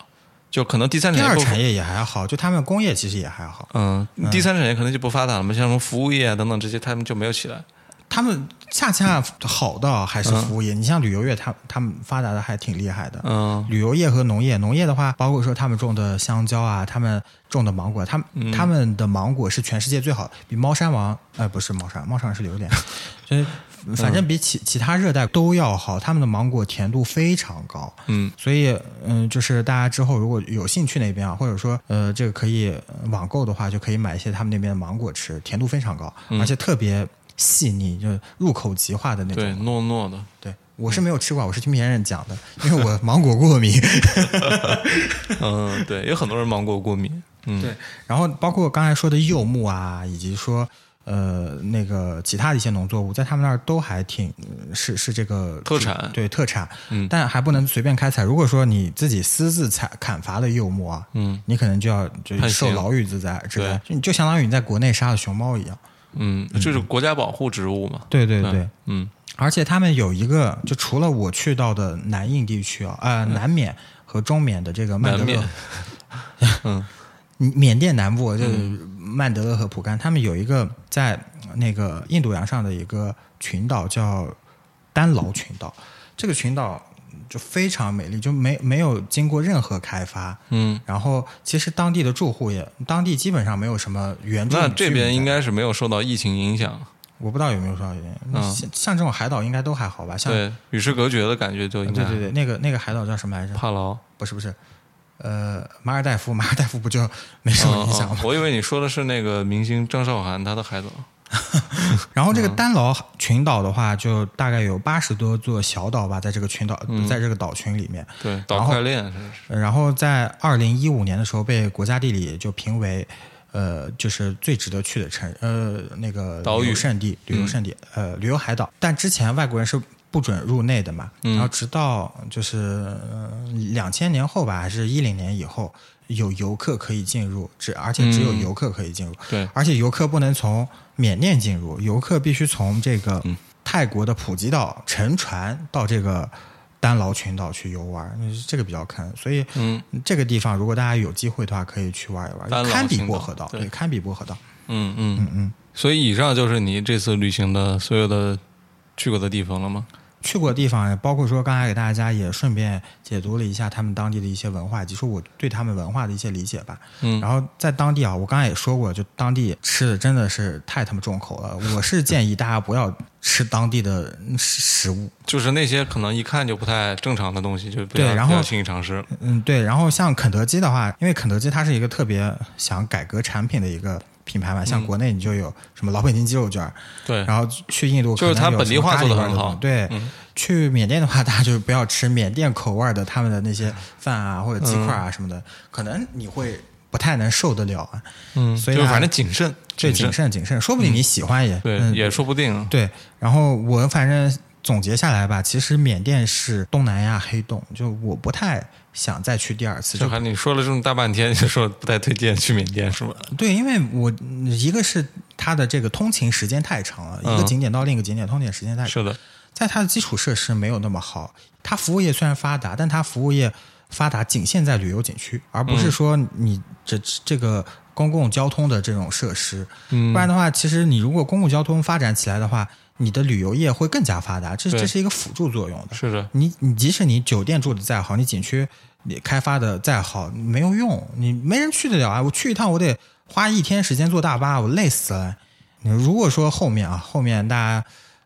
[SPEAKER 1] 就可能第三
[SPEAKER 2] 第
[SPEAKER 1] 产业
[SPEAKER 2] 二
[SPEAKER 1] 不
[SPEAKER 2] 产业也嗯还好，就他们工业其实也还好。
[SPEAKER 1] 嗯，第三产业可能就不发达了嘛，像什么服务业啊等等这些，他们就没有起来。
[SPEAKER 2] 他们恰恰好的啊还是服务业。你像旅游业，他他们发达的还挺厉害的。
[SPEAKER 1] 嗯
[SPEAKER 2] 旅游业和农业，农业的话，包括说他们种的香蕉啊，他们种的芒果，他们、他们的芒果是全世界最好的，比猫山王呃不是猫山，猫山是榴莲，就是反正比其其他热带都要好，他们的芒果甜度非常高。
[SPEAKER 1] 嗯
[SPEAKER 2] 所以，嗯，就是大家之后如果有兴趣那边啊，或者说，呃，这个可以呃网购的话，就可以买一些他们那边的芒果吃，甜度非常高，而且特别细腻，就是入口即化的那种。
[SPEAKER 1] 对，糯糯的。
[SPEAKER 2] 对，我是没有吃过，我是听别人讲的，因为我芒果过敏。
[SPEAKER 1] 嗯，对，有很多人芒果过敏。嗯，
[SPEAKER 2] 对，然后包括刚才说的柚木啊，以及说呃那个其他的一些农作物，在他们那儿都还挺呃是是这个
[SPEAKER 1] 特产
[SPEAKER 2] 对特产，
[SPEAKER 1] 嗯
[SPEAKER 2] 但还不能随便开采。如果说你自己私自采砍伐了柚木啊，
[SPEAKER 1] 嗯，
[SPEAKER 2] 你可能就要就
[SPEAKER 1] 判
[SPEAKER 2] 受
[SPEAKER 1] 刑
[SPEAKER 2] 牢狱之灾之灾，就你就相当于你在国内杀了熊猫一样。
[SPEAKER 1] 嗯，就是国家保护植物嘛。
[SPEAKER 2] 对对对。
[SPEAKER 1] 嗯
[SPEAKER 2] 而且他们有一个，就除了我去到的南印地区啊，呃，南缅和中缅的这个曼德
[SPEAKER 1] 嗯南
[SPEAKER 2] 勒
[SPEAKER 1] 缅， 嗯，
[SPEAKER 2] 缅甸南部就是曼德勒和蒲甘，他们有一个在那个印度洋上的一个群岛叫丹劳群岛，这个群岛就非常美丽，就没没有经过任何开发。
[SPEAKER 1] 嗯，
[SPEAKER 2] 然后，其实当地的住户也，当地基本上没有什么原住民
[SPEAKER 1] 那
[SPEAKER 2] 居民
[SPEAKER 1] 这边
[SPEAKER 2] 在
[SPEAKER 1] 应该是没有受到疫情影响，
[SPEAKER 2] 我不知道有没有多少原因。
[SPEAKER 1] 嗯
[SPEAKER 2] 像像这种海岛应该都还好吧？像
[SPEAKER 1] 对，与世隔绝的感觉就应该
[SPEAKER 2] 对对对，那个那个海岛叫什么来着？
[SPEAKER 1] 帕劳
[SPEAKER 2] 不是不是，呃，马尔代夫，马尔代夫不就没什么
[SPEAKER 1] 嗯
[SPEAKER 2] 影响吗？
[SPEAKER 1] 嗯我以为你说的是那个明星张韶涵她的海岛。
[SPEAKER 2] 然后这个丹老群岛的话，就大概有八十多座小岛吧，在这个群岛，在这个岛群里面。
[SPEAKER 1] 对，岛
[SPEAKER 2] 然后
[SPEAKER 1] 快链是不是
[SPEAKER 2] 呃然后在二零一五年的时候，被国家地理就评为，呃，就是最值得去的城，呃，那个
[SPEAKER 1] 岛屿嗯
[SPEAKER 2] 旅游胜地、旅游胜地，呃，旅游海岛。但之前外国人是不准入内的嘛，
[SPEAKER 1] 嗯
[SPEAKER 2] 然后直到就是呃两千、0年后吧，还是一零年以后，有游客可以进入，只而且只有
[SPEAKER 1] 嗯
[SPEAKER 2] 游客可以进入，
[SPEAKER 1] 对，
[SPEAKER 2] 而且游客不能从缅甸进入，游客必须从这个
[SPEAKER 1] 嗯
[SPEAKER 2] 泰国的普吉岛乘船到这个丹劳群岛去游玩，嗯这个比较坑。所以，
[SPEAKER 1] 嗯
[SPEAKER 2] 这个地方如果大家有机会的话，可以去玩一
[SPEAKER 1] 丹
[SPEAKER 2] 玩，
[SPEAKER 1] 劳
[SPEAKER 2] 堪比
[SPEAKER 1] 群岛
[SPEAKER 2] 薄荷岛，
[SPEAKER 1] 对
[SPEAKER 2] 对，堪比薄荷岛。
[SPEAKER 1] 嗯嗯嗯。所以以上就是你这次旅行的所有的去过的地方了吗？
[SPEAKER 2] 去过的地方，包括说刚才给大家也顺便解读了一下他们当地的一些文化，以及说我对他们文化的一些理解吧。
[SPEAKER 1] 嗯
[SPEAKER 2] 然后在当地啊，我刚才也说过，就当地吃的真的是太他妈重口了。我是建议大家不要吃当地的食食物，
[SPEAKER 1] 就是那些可能一看就不太正常的东西，就不
[SPEAKER 2] 对
[SPEAKER 1] 要
[SPEAKER 2] 然后
[SPEAKER 1] 不要轻易尝试。
[SPEAKER 2] 嗯，对。然后像肯德基的话，因为肯德基它是一个特别想改革产品的一个品牌嘛，像国内你就有什么老北京鸡肉卷儿，
[SPEAKER 1] 对，
[SPEAKER 2] 然后去印度
[SPEAKER 1] 就是它
[SPEAKER 2] 可能有
[SPEAKER 1] 本地化
[SPEAKER 2] 什么咖
[SPEAKER 1] 做得
[SPEAKER 2] 喱味儿
[SPEAKER 1] 很好嗯
[SPEAKER 2] 东西对，去缅甸的话，大家就不要吃缅甸口味儿的他们的那些饭啊或者鸡块啊什么的，可能你会不太能受得了啊。
[SPEAKER 1] 嗯，
[SPEAKER 2] 所以
[SPEAKER 1] 就是
[SPEAKER 2] 呢
[SPEAKER 1] 反正谨慎，谨
[SPEAKER 2] 对，谨
[SPEAKER 1] 慎，
[SPEAKER 2] 慎谨慎，说不定你喜欢也、
[SPEAKER 1] 对，
[SPEAKER 2] 嗯
[SPEAKER 1] 也说不定。
[SPEAKER 2] 对，然后我反正总结下来吧，其实缅甸是东南亚黑洞，就我不太想再去第二次，
[SPEAKER 1] 小
[SPEAKER 2] 就
[SPEAKER 1] 韩，你说了这么大半天，就说不太推荐去缅甸是吧？
[SPEAKER 2] 对，因为我嗯一个是它的这个通勤时间太长了，一个
[SPEAKER 1] 嗯
[SPEAKER 2] 景点到另一个景点通勤时间太长，
[SPEAKER 1] 是的，
[SPEAKER 2] 在它的基础设施没有那么好，它服务业虽然发达，但它服务业发达仅限在旅游景区，而不是说你这这个公共交通的这种设施。
[SPEAKER 1] 嗯
[SPEAKER 2] 不然的话，其实你如果公共交通发展起来的话，你的旅游业会更加发达，这
[SPEAKER 1] 对
[SPEAKER 2] 这是一个辅助作用的。
[SPEAKER 1] 是 的，
[SPEAKER 2] 你你即使你酒店住的再好，你景区你开发的再好，没有用，你没人去得了啊！我去一趟，我得花一天时间坐大巴，我累死了。你如果说后面啊，后面大家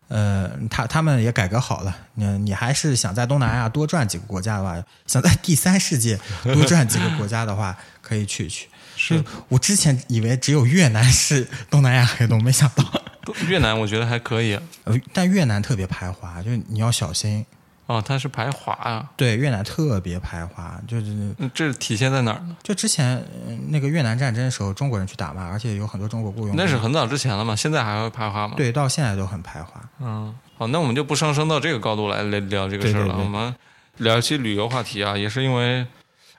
[SPEAKER 2] 呃，他他们也改革好了，你你还是想在东南亚多转几个国家的话，想在第三世界多转几个国家的话，可以去一去。
[SPEAKER 1] 是
[SPEAKER 2] 就我之前以为只有越南是东南亚黑洞，没想到，
[SPEAKER 1] 越南我觉得还可以
[SPEAKER 2] 呃但越南特别排华，就是你要小心。
[SPEAKER 1] 啊，它是排华啊，
[SPEAKER 2] 对越南特别排华，就是
[SPEAKER 1] 嗯这体现在哪儿呢？
[SPEAKER 2] 就之前呃那个越南战争的时候，中国人去打嘛，而且有很多中国雇佣
[SPEAKER 1] 那
[SPEAKER 2] 兵，
[SPEAKER 1] 是很早之前了嘛，现在还会排华吗？，
[SPEAKER 2] 嗯对到现在都很排华。
[SPEAKER 1] 嗯，好，那我们就不上升到这个高度来来聊这个事儿了，
[SPEAKER 2] 对对对
[SPEAKER 1] 我们聊一期旅游话题啊，也是因为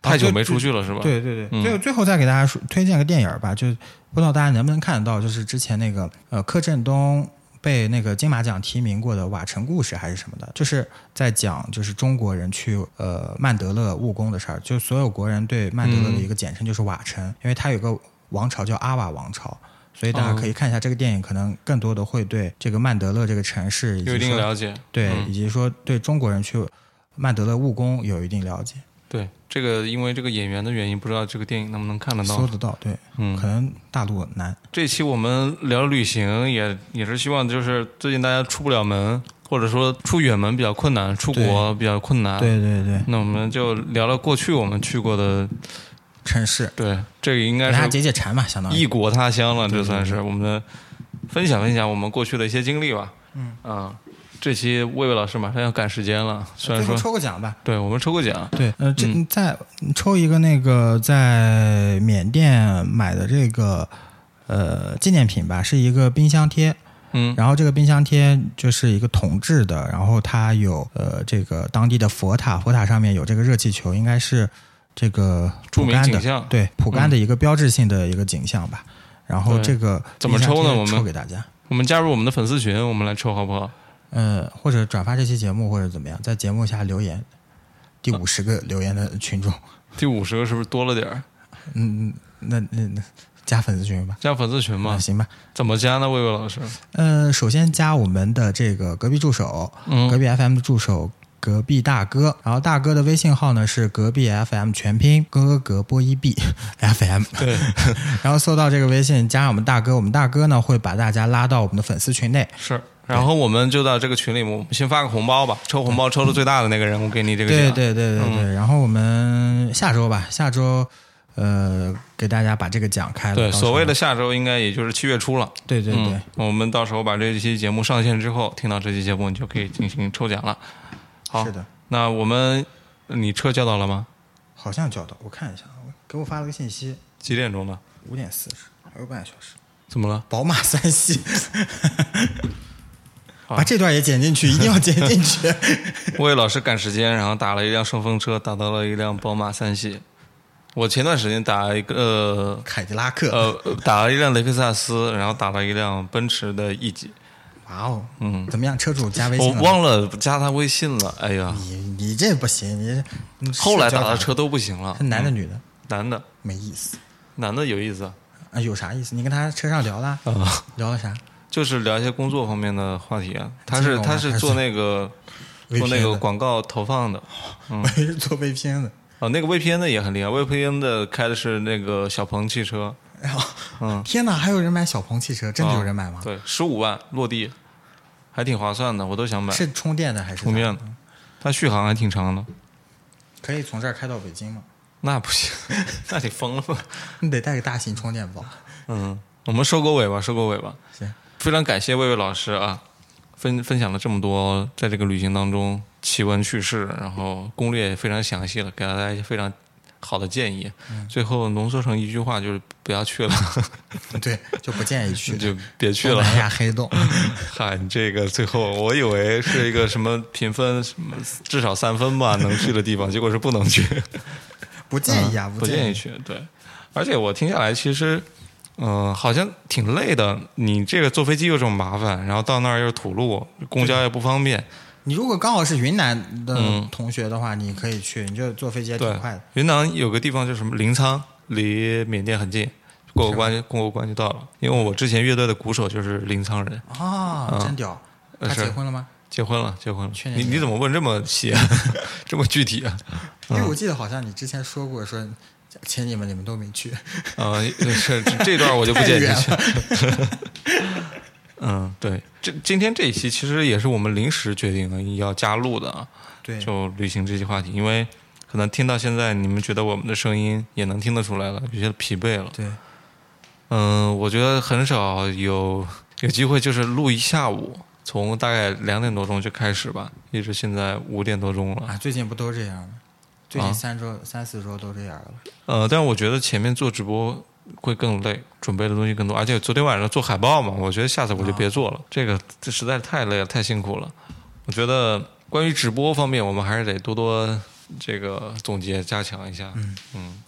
[SPEAKER 1] 太久
[SPEAKER 2] 啊就
[SPEAKER 1] 没出去了，是吧？，
[SPEAKER 2] 对对
[SPEAKER 1] 嗯
[SPEAKER 2] 对，最后最后再给大家说推荐个电影儿吧，就不知道大家能不能看得到，就是之前那个呃柯震东被那个金马奖提名过的《瓦城故事》还是什么的，就是在讲就是中国人去呃曼德勒务工的事儿，就
[SPEAKER 1] 嗯
[SPEAKER 2] 所有国人对曼德勒的一个简称就是瓦城，因为它有个王朝叫阿瓦王朝。所以大
[SPEAKER 1] 哦
[SPEAKER 2] 家可以看一下这个电影，可能更多的会对这个曼德勒这个城市以
[SPEAKER 1] 有
[SPEAKER 2] 及
[SPEAKER 1] 一定
[SPEAKER 2] 说
[SPEAKER 1] 了解。
[SPEAKER 2] 对，
[SPEAKER 1] 嗯
[SPEAKER 2] 以及说对中国人去曼德勒务工有一定了解，
[SPEAKER 1] 对这个，因为这个演员的原因，不知道这个电影能不能看得
[SPEAKER 2] 搜
[SPEAKER 1] 到。
[SPEAKER 2] 得到。对，
[SPEAKER 1] 嗯
[SPEAKER 2] 可，能大陆难。
[SPEAKER 1] 这期我们聊旅行也，也是希望就是最近大家出不了门，或者说出远门比较困难，出国比较困难。，
[SPEAKER 2] 对对对，
[SPEAKER 1] 那我们就聊聊过去我们去过的，
[SPEAKER 2] 城市
[SPEAKER 1] 对，这个应
[SPEAKER 2] 给
[SPEAKER 1] 该
[SPEAKER 2] 大家
[SPEAKER 1] 是
[SPEAKER 2] 解解馋嘛，相当于
[SPEAKER 1] 异国他乡了，
[SPEAKER 2] 对
[SPEAKER 1] 这
[SPEAKER 2] 啊对
[SPEAKER 1] 算是我们的分享分享我们过去的一些经历吧。
[SPEAKER 2] 嗯
[SPEAKER 1] 啊，这期魏魏老师马上要赶时间了，虽然
[SPEAKER 2] 最后
[SPEAKER 1] 说
[SPEAKER 2] 抽个奖吧。
[SPEAKER 1] 对我们抽过奖，
[SPEAKER 2] 对，呃，
[SPEAKER 1] 嗯
[SPEAKER 2] 这在抽一个那个在缅甸买的这个呃纪念品吧，是一个冰箱贴。
[SPEAKER 1] 嗯
[SPEAKER 2] 然后这个冰箱贴就是一个铜制的，然后它有呃这个当地的佛塔，佛塔上面有这个热气球，应该是这个
[SPEAKER 1] 著
[SPEAKER 2] 蒲
[SPEAKER 1] 名
[SPEAKER 2] 甘
[SPEAKER 1] 景
[SPEAKER 2] 的
[SPEAKER 1] 象嗯
[SPEAKER 2] 对蒲甘的一个标志性的一个景象吧。然后
[SPEAKER 1] 对
[SPEAKER 2] 这个
[SPEAKER 1] 怎么抽呢
[SPEAKER 2] 冰箱贴
[SPEAKER 1] 我们
[SPEAKER 2] 抽给大家，
[SPEAKER 1] 我们加入我们的粉丝群，我们来抽好不好？
[SPEAKER 2] 呃，或者转发这期节目，或者怎么样，在节目下留言。第
[SPEAKER 1] 啊
[SPEAKER 2] 五十个留言的群众，
[SPEAKER 1] 第五十个是不是多了点儿？
[SPEAKER 2] 嗯，那那那加粉丝群吧，
[SPEAKER 1] 加粉丝群
[SPEAKER 2] 那
[SPEAKER 1] 嘛？
[SPEAKER 2] 行吧。
[SPEAKER 1] 怎么加呢？魏魏老师，
[SPEAKER 2] 呃，首先加我们的这个隔壁助手，隔
[SPEAKER 1] 嗯，
[SPEAKER 2] 壁 FM 的助手隔壁大哥，然后大哥的微信号呢是隔壁 FM 全拼，哥哥隔波一 B FM，
[SPEAKER 1] 对，
[SPEAKER 2] 然后搜到这个微信，加上我们大哥，我们大哥呢会把大家拉到我们的粉丝群内，
[SPEAKER 1] 是。然后我们就到这个群里，我们先发个红包吧，抽红包抽的最大的那个人，我给你这个嗯
[SPEAKER 2] 对
[SPEAKER 1] 奖。
[SPEAKER 2] 对对对对，然后我们下周吧，下周呃给大家把这个奖开了，
[SPEAKER 1] 对
[SPEAKER 2] 到时候
[SPEAKER 1] 所谓的下周应该也就是七月初了。
[SPEAKER 2] 对对对，
[SPEAKER 1] 嗯，我们到时候把这期节目上线之后，听到这期节目你就可以进行抽奖了。好
[SPEAKER 2] 是，的，
[SPEAKER 1] 那我们你车叫到了吗？
[SPEAKER 2] 好像叫到，我看一下，给我发了个信息，
[SPEAKER 1] 几点钟了？
[SPEAKER 2] 五点四十，还有半个小时。
[SPEAKER 1] 怎么了？
[SPEAKER 2] 宝马三系，
[SPEAKER 1] 好
[SPEAKER 2] 把这段也剪进去，一定要剪 进去。
[SPEAKER 1] 魏老师赶时间，然后打了一辆顺风车，打到了一辆宝马三系。我前段时间打一个
[SPEAKER 2] 凯迪拉克，
[SPEAKER 1] 呃呃 打了一辆雷克萨斯，然后打了一辆奔驰的 E 级。
[SPEAKER 2] 哇哦，
[SPEAKER 1] 嗯，
[SPEAKER 2] 怎么样？车主加微
[SPEAKER 1] 我
[SPEAKER 2] 信了吗？嗯
[SPEAKER 1] 忘了加他微信了。哎呀，
[SPEAKER 2] 你，你这不行，你你
[SPEAKER 1] 后来
[SPEAKER 2] 社
[SPEAKER 1] 打
[SPEAKER 2] 交法
[SPEAKER 1] 的车嗯都不行了
[SPEAKER 2] 是。男的女的
[SPEAKER 1] 男的，
[SPEAKER 2] 没意思
[SPEAKER 1] 男的有意思啊、
[SPEAKER 2] 啊，有啥意思？你跟他车上聊了，
[SPEAKER 1] 嗯
[SPEAKER 2] 聊了啥？
[SPEAKER 1] 就是聊一些工作方面的话题啊。他是
[SPEAKER 2] 金融啊
[SPEAKER 1] 他是做那个
[SPEAKER 2] 还是
[SPEAKER 1] 做那
[SPEAKER 2] VPN
[SPEAKER 1] 个
[SPEAKER 2] 的
[SPEAKER 1] 广告投放的。
[SPEAKER 2] 我以为是做 VPN 的，
[SPEAKER 1] 哦，那个 VPN 的也很厉害，VPN 的开的是那个小鹏汽车，
[SPEAKER 2] 然后
[SPEAKER 1] 嗯，
[SPEAKER 2] 哎天哪，还有人买小鹏汽车，真的有人买吗？
[SPEAKER 1] 哦对，十五万落地，还挺划算的，我都想买。
[SPEAKER 2] 是充电的还是
[SPEAKER 1] 充电的，它续航还挺长的。
[SPEAKER 2] 可以从这儿开到北京吗？
[SPEAKER 1] 那不 行，那你疯了吧？
[SPEAKER 2] 你得带个大型充电 宝。
[SPEAKER 1] 嗯，我们收个尾吧，收个尾吧。
[SPEAKER 2] 行，
[SPEAKER 1] 非常感谢魏魏老师啊，分分享了这么多在这个旅行当中奇闻趣事，然后攻略也非常详细了，给了大家一些非常好的建议。最后浓缩成一句话就是不要去了，
[SPEAKER 2] 对，就不建议 去
[SPEAKER 1] 就别去
[SPEAKER 2] 东
[SPEAKER 1] 了。
[SPEAKER 2] 南亚 黑洞。
[SPEAKER 1] 嗨，你这个最后我以为是一个什么评分什么至少三分吧能去的地方，结果是不能去。
[SPEAKER 2] 不建议啊，
[SPEAKER 1] 嗯
[SPEAKER 2] 不
[SPEAKER 1] 不建
[SPEAKER 2] 议。
[SPEAKER 1] 去。对，而且我听下来，其实，嗯、好像挺累的。你这个坐飞机又这么麻烦，然后到那儿又是土路，公交也不方便。
[SPEAKER 2] 你如果刚好是云南的
[SPEAKER 1] 嗯
[SPEAKER 2] 同学的话，你可以去，你就坐飞机也
[SPEAKER 1] 对
[SPEAKER 2] 挺快的。，
[SPEAKER 1] 云南有个地方叫什么临沧，离缅甸很近，过个关就过个关就到了。因为我之前乐队的鼓手就是临沧人，
[SPEAKER 2] 啊，真屌！
[SPEAKER 1] 呃
[SPEAKER 2] 他
[SPEAKER 1] 是
[SPEAKER 2] 结婚了吗？
[SPEAKER 1] 结婚了，结婚了
[SPEAKER 2] 去。年
[SPEAKER 1] 你你
[SPEAKER 2] 年
[SPEAKER 1] 怎么问这么细、啊， 这么具体啊？
[SPEAKER 2] 因为我记得好像你之前说过，说请你们，你们都没去。
[SPEAKER 1] 啊、是这这段我就不剪进去。 嗯，对，这今天这一期其实也是我们临时决定的要加录的啊，
[SPEAKER 2] 对，
[SPEAKER 1] 就旅行这期话题，因为可能听到现在，你们觉得我们的声音也能听得出来了，有些疲惫了。
[SPEAKER 2] 对，
[SPEAKER 1] 嗯，我觉得很少有有机会就是录一下午，从大概两点多钟就开始吧，一直现在五点多钟了。
[SPEAKER 2] 啊，最近不都这样吗？最
[SPEAKER 1] 啊
[SPEAKER 2] 近三周、三四周都这样了。
[SPEAKER 1] 呃，但我觉得前面做直播会更累，准备的东西更多，而且昨天晚上做海报嘛，我觉得下次我就别做了，这个这实在是太累了，太辛苦了。我觉得关于直播方面，我们还是得多多这个总结加强一下，嗯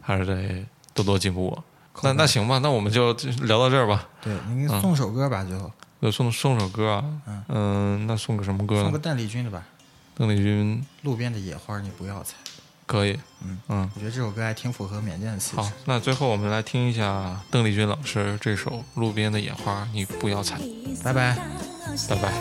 [SPEAKER 1] 还是得多多进步。啊那那行吧，那我们就聊到这儿吧。
[SPEAKER 2] 对，你给送首歌吧，最后
[SPEAKER 1] 就送送首歌啊，嗯、那送个什么歌
[SPEAKER 2] 送
[SPEAKER 1] 呢
[SPEAKER 2] 个？邓丽君的吧，
[SPEAKER 1] 邓丽君
[SPEAKER 2] 《路边的野花》，你不要采。
[SPEAKER 1] 可以，
[SPEAKER 2] 嗯
[SPEAKER 1] 嗯，
[SPEAKER 2] 我觉得这首歌还挺符合缅甸的气
[SPEAKER 1] 好
[SPEAKER 2] 质。，
[SPEAKER 1] 那最后我们来听一下邓丽君老师这首《路边的野花》，你不要采。
[SPEAKER 2] 拜拜
[SPEAKER 1] 拜拜
[SPEAKER 3] 拜。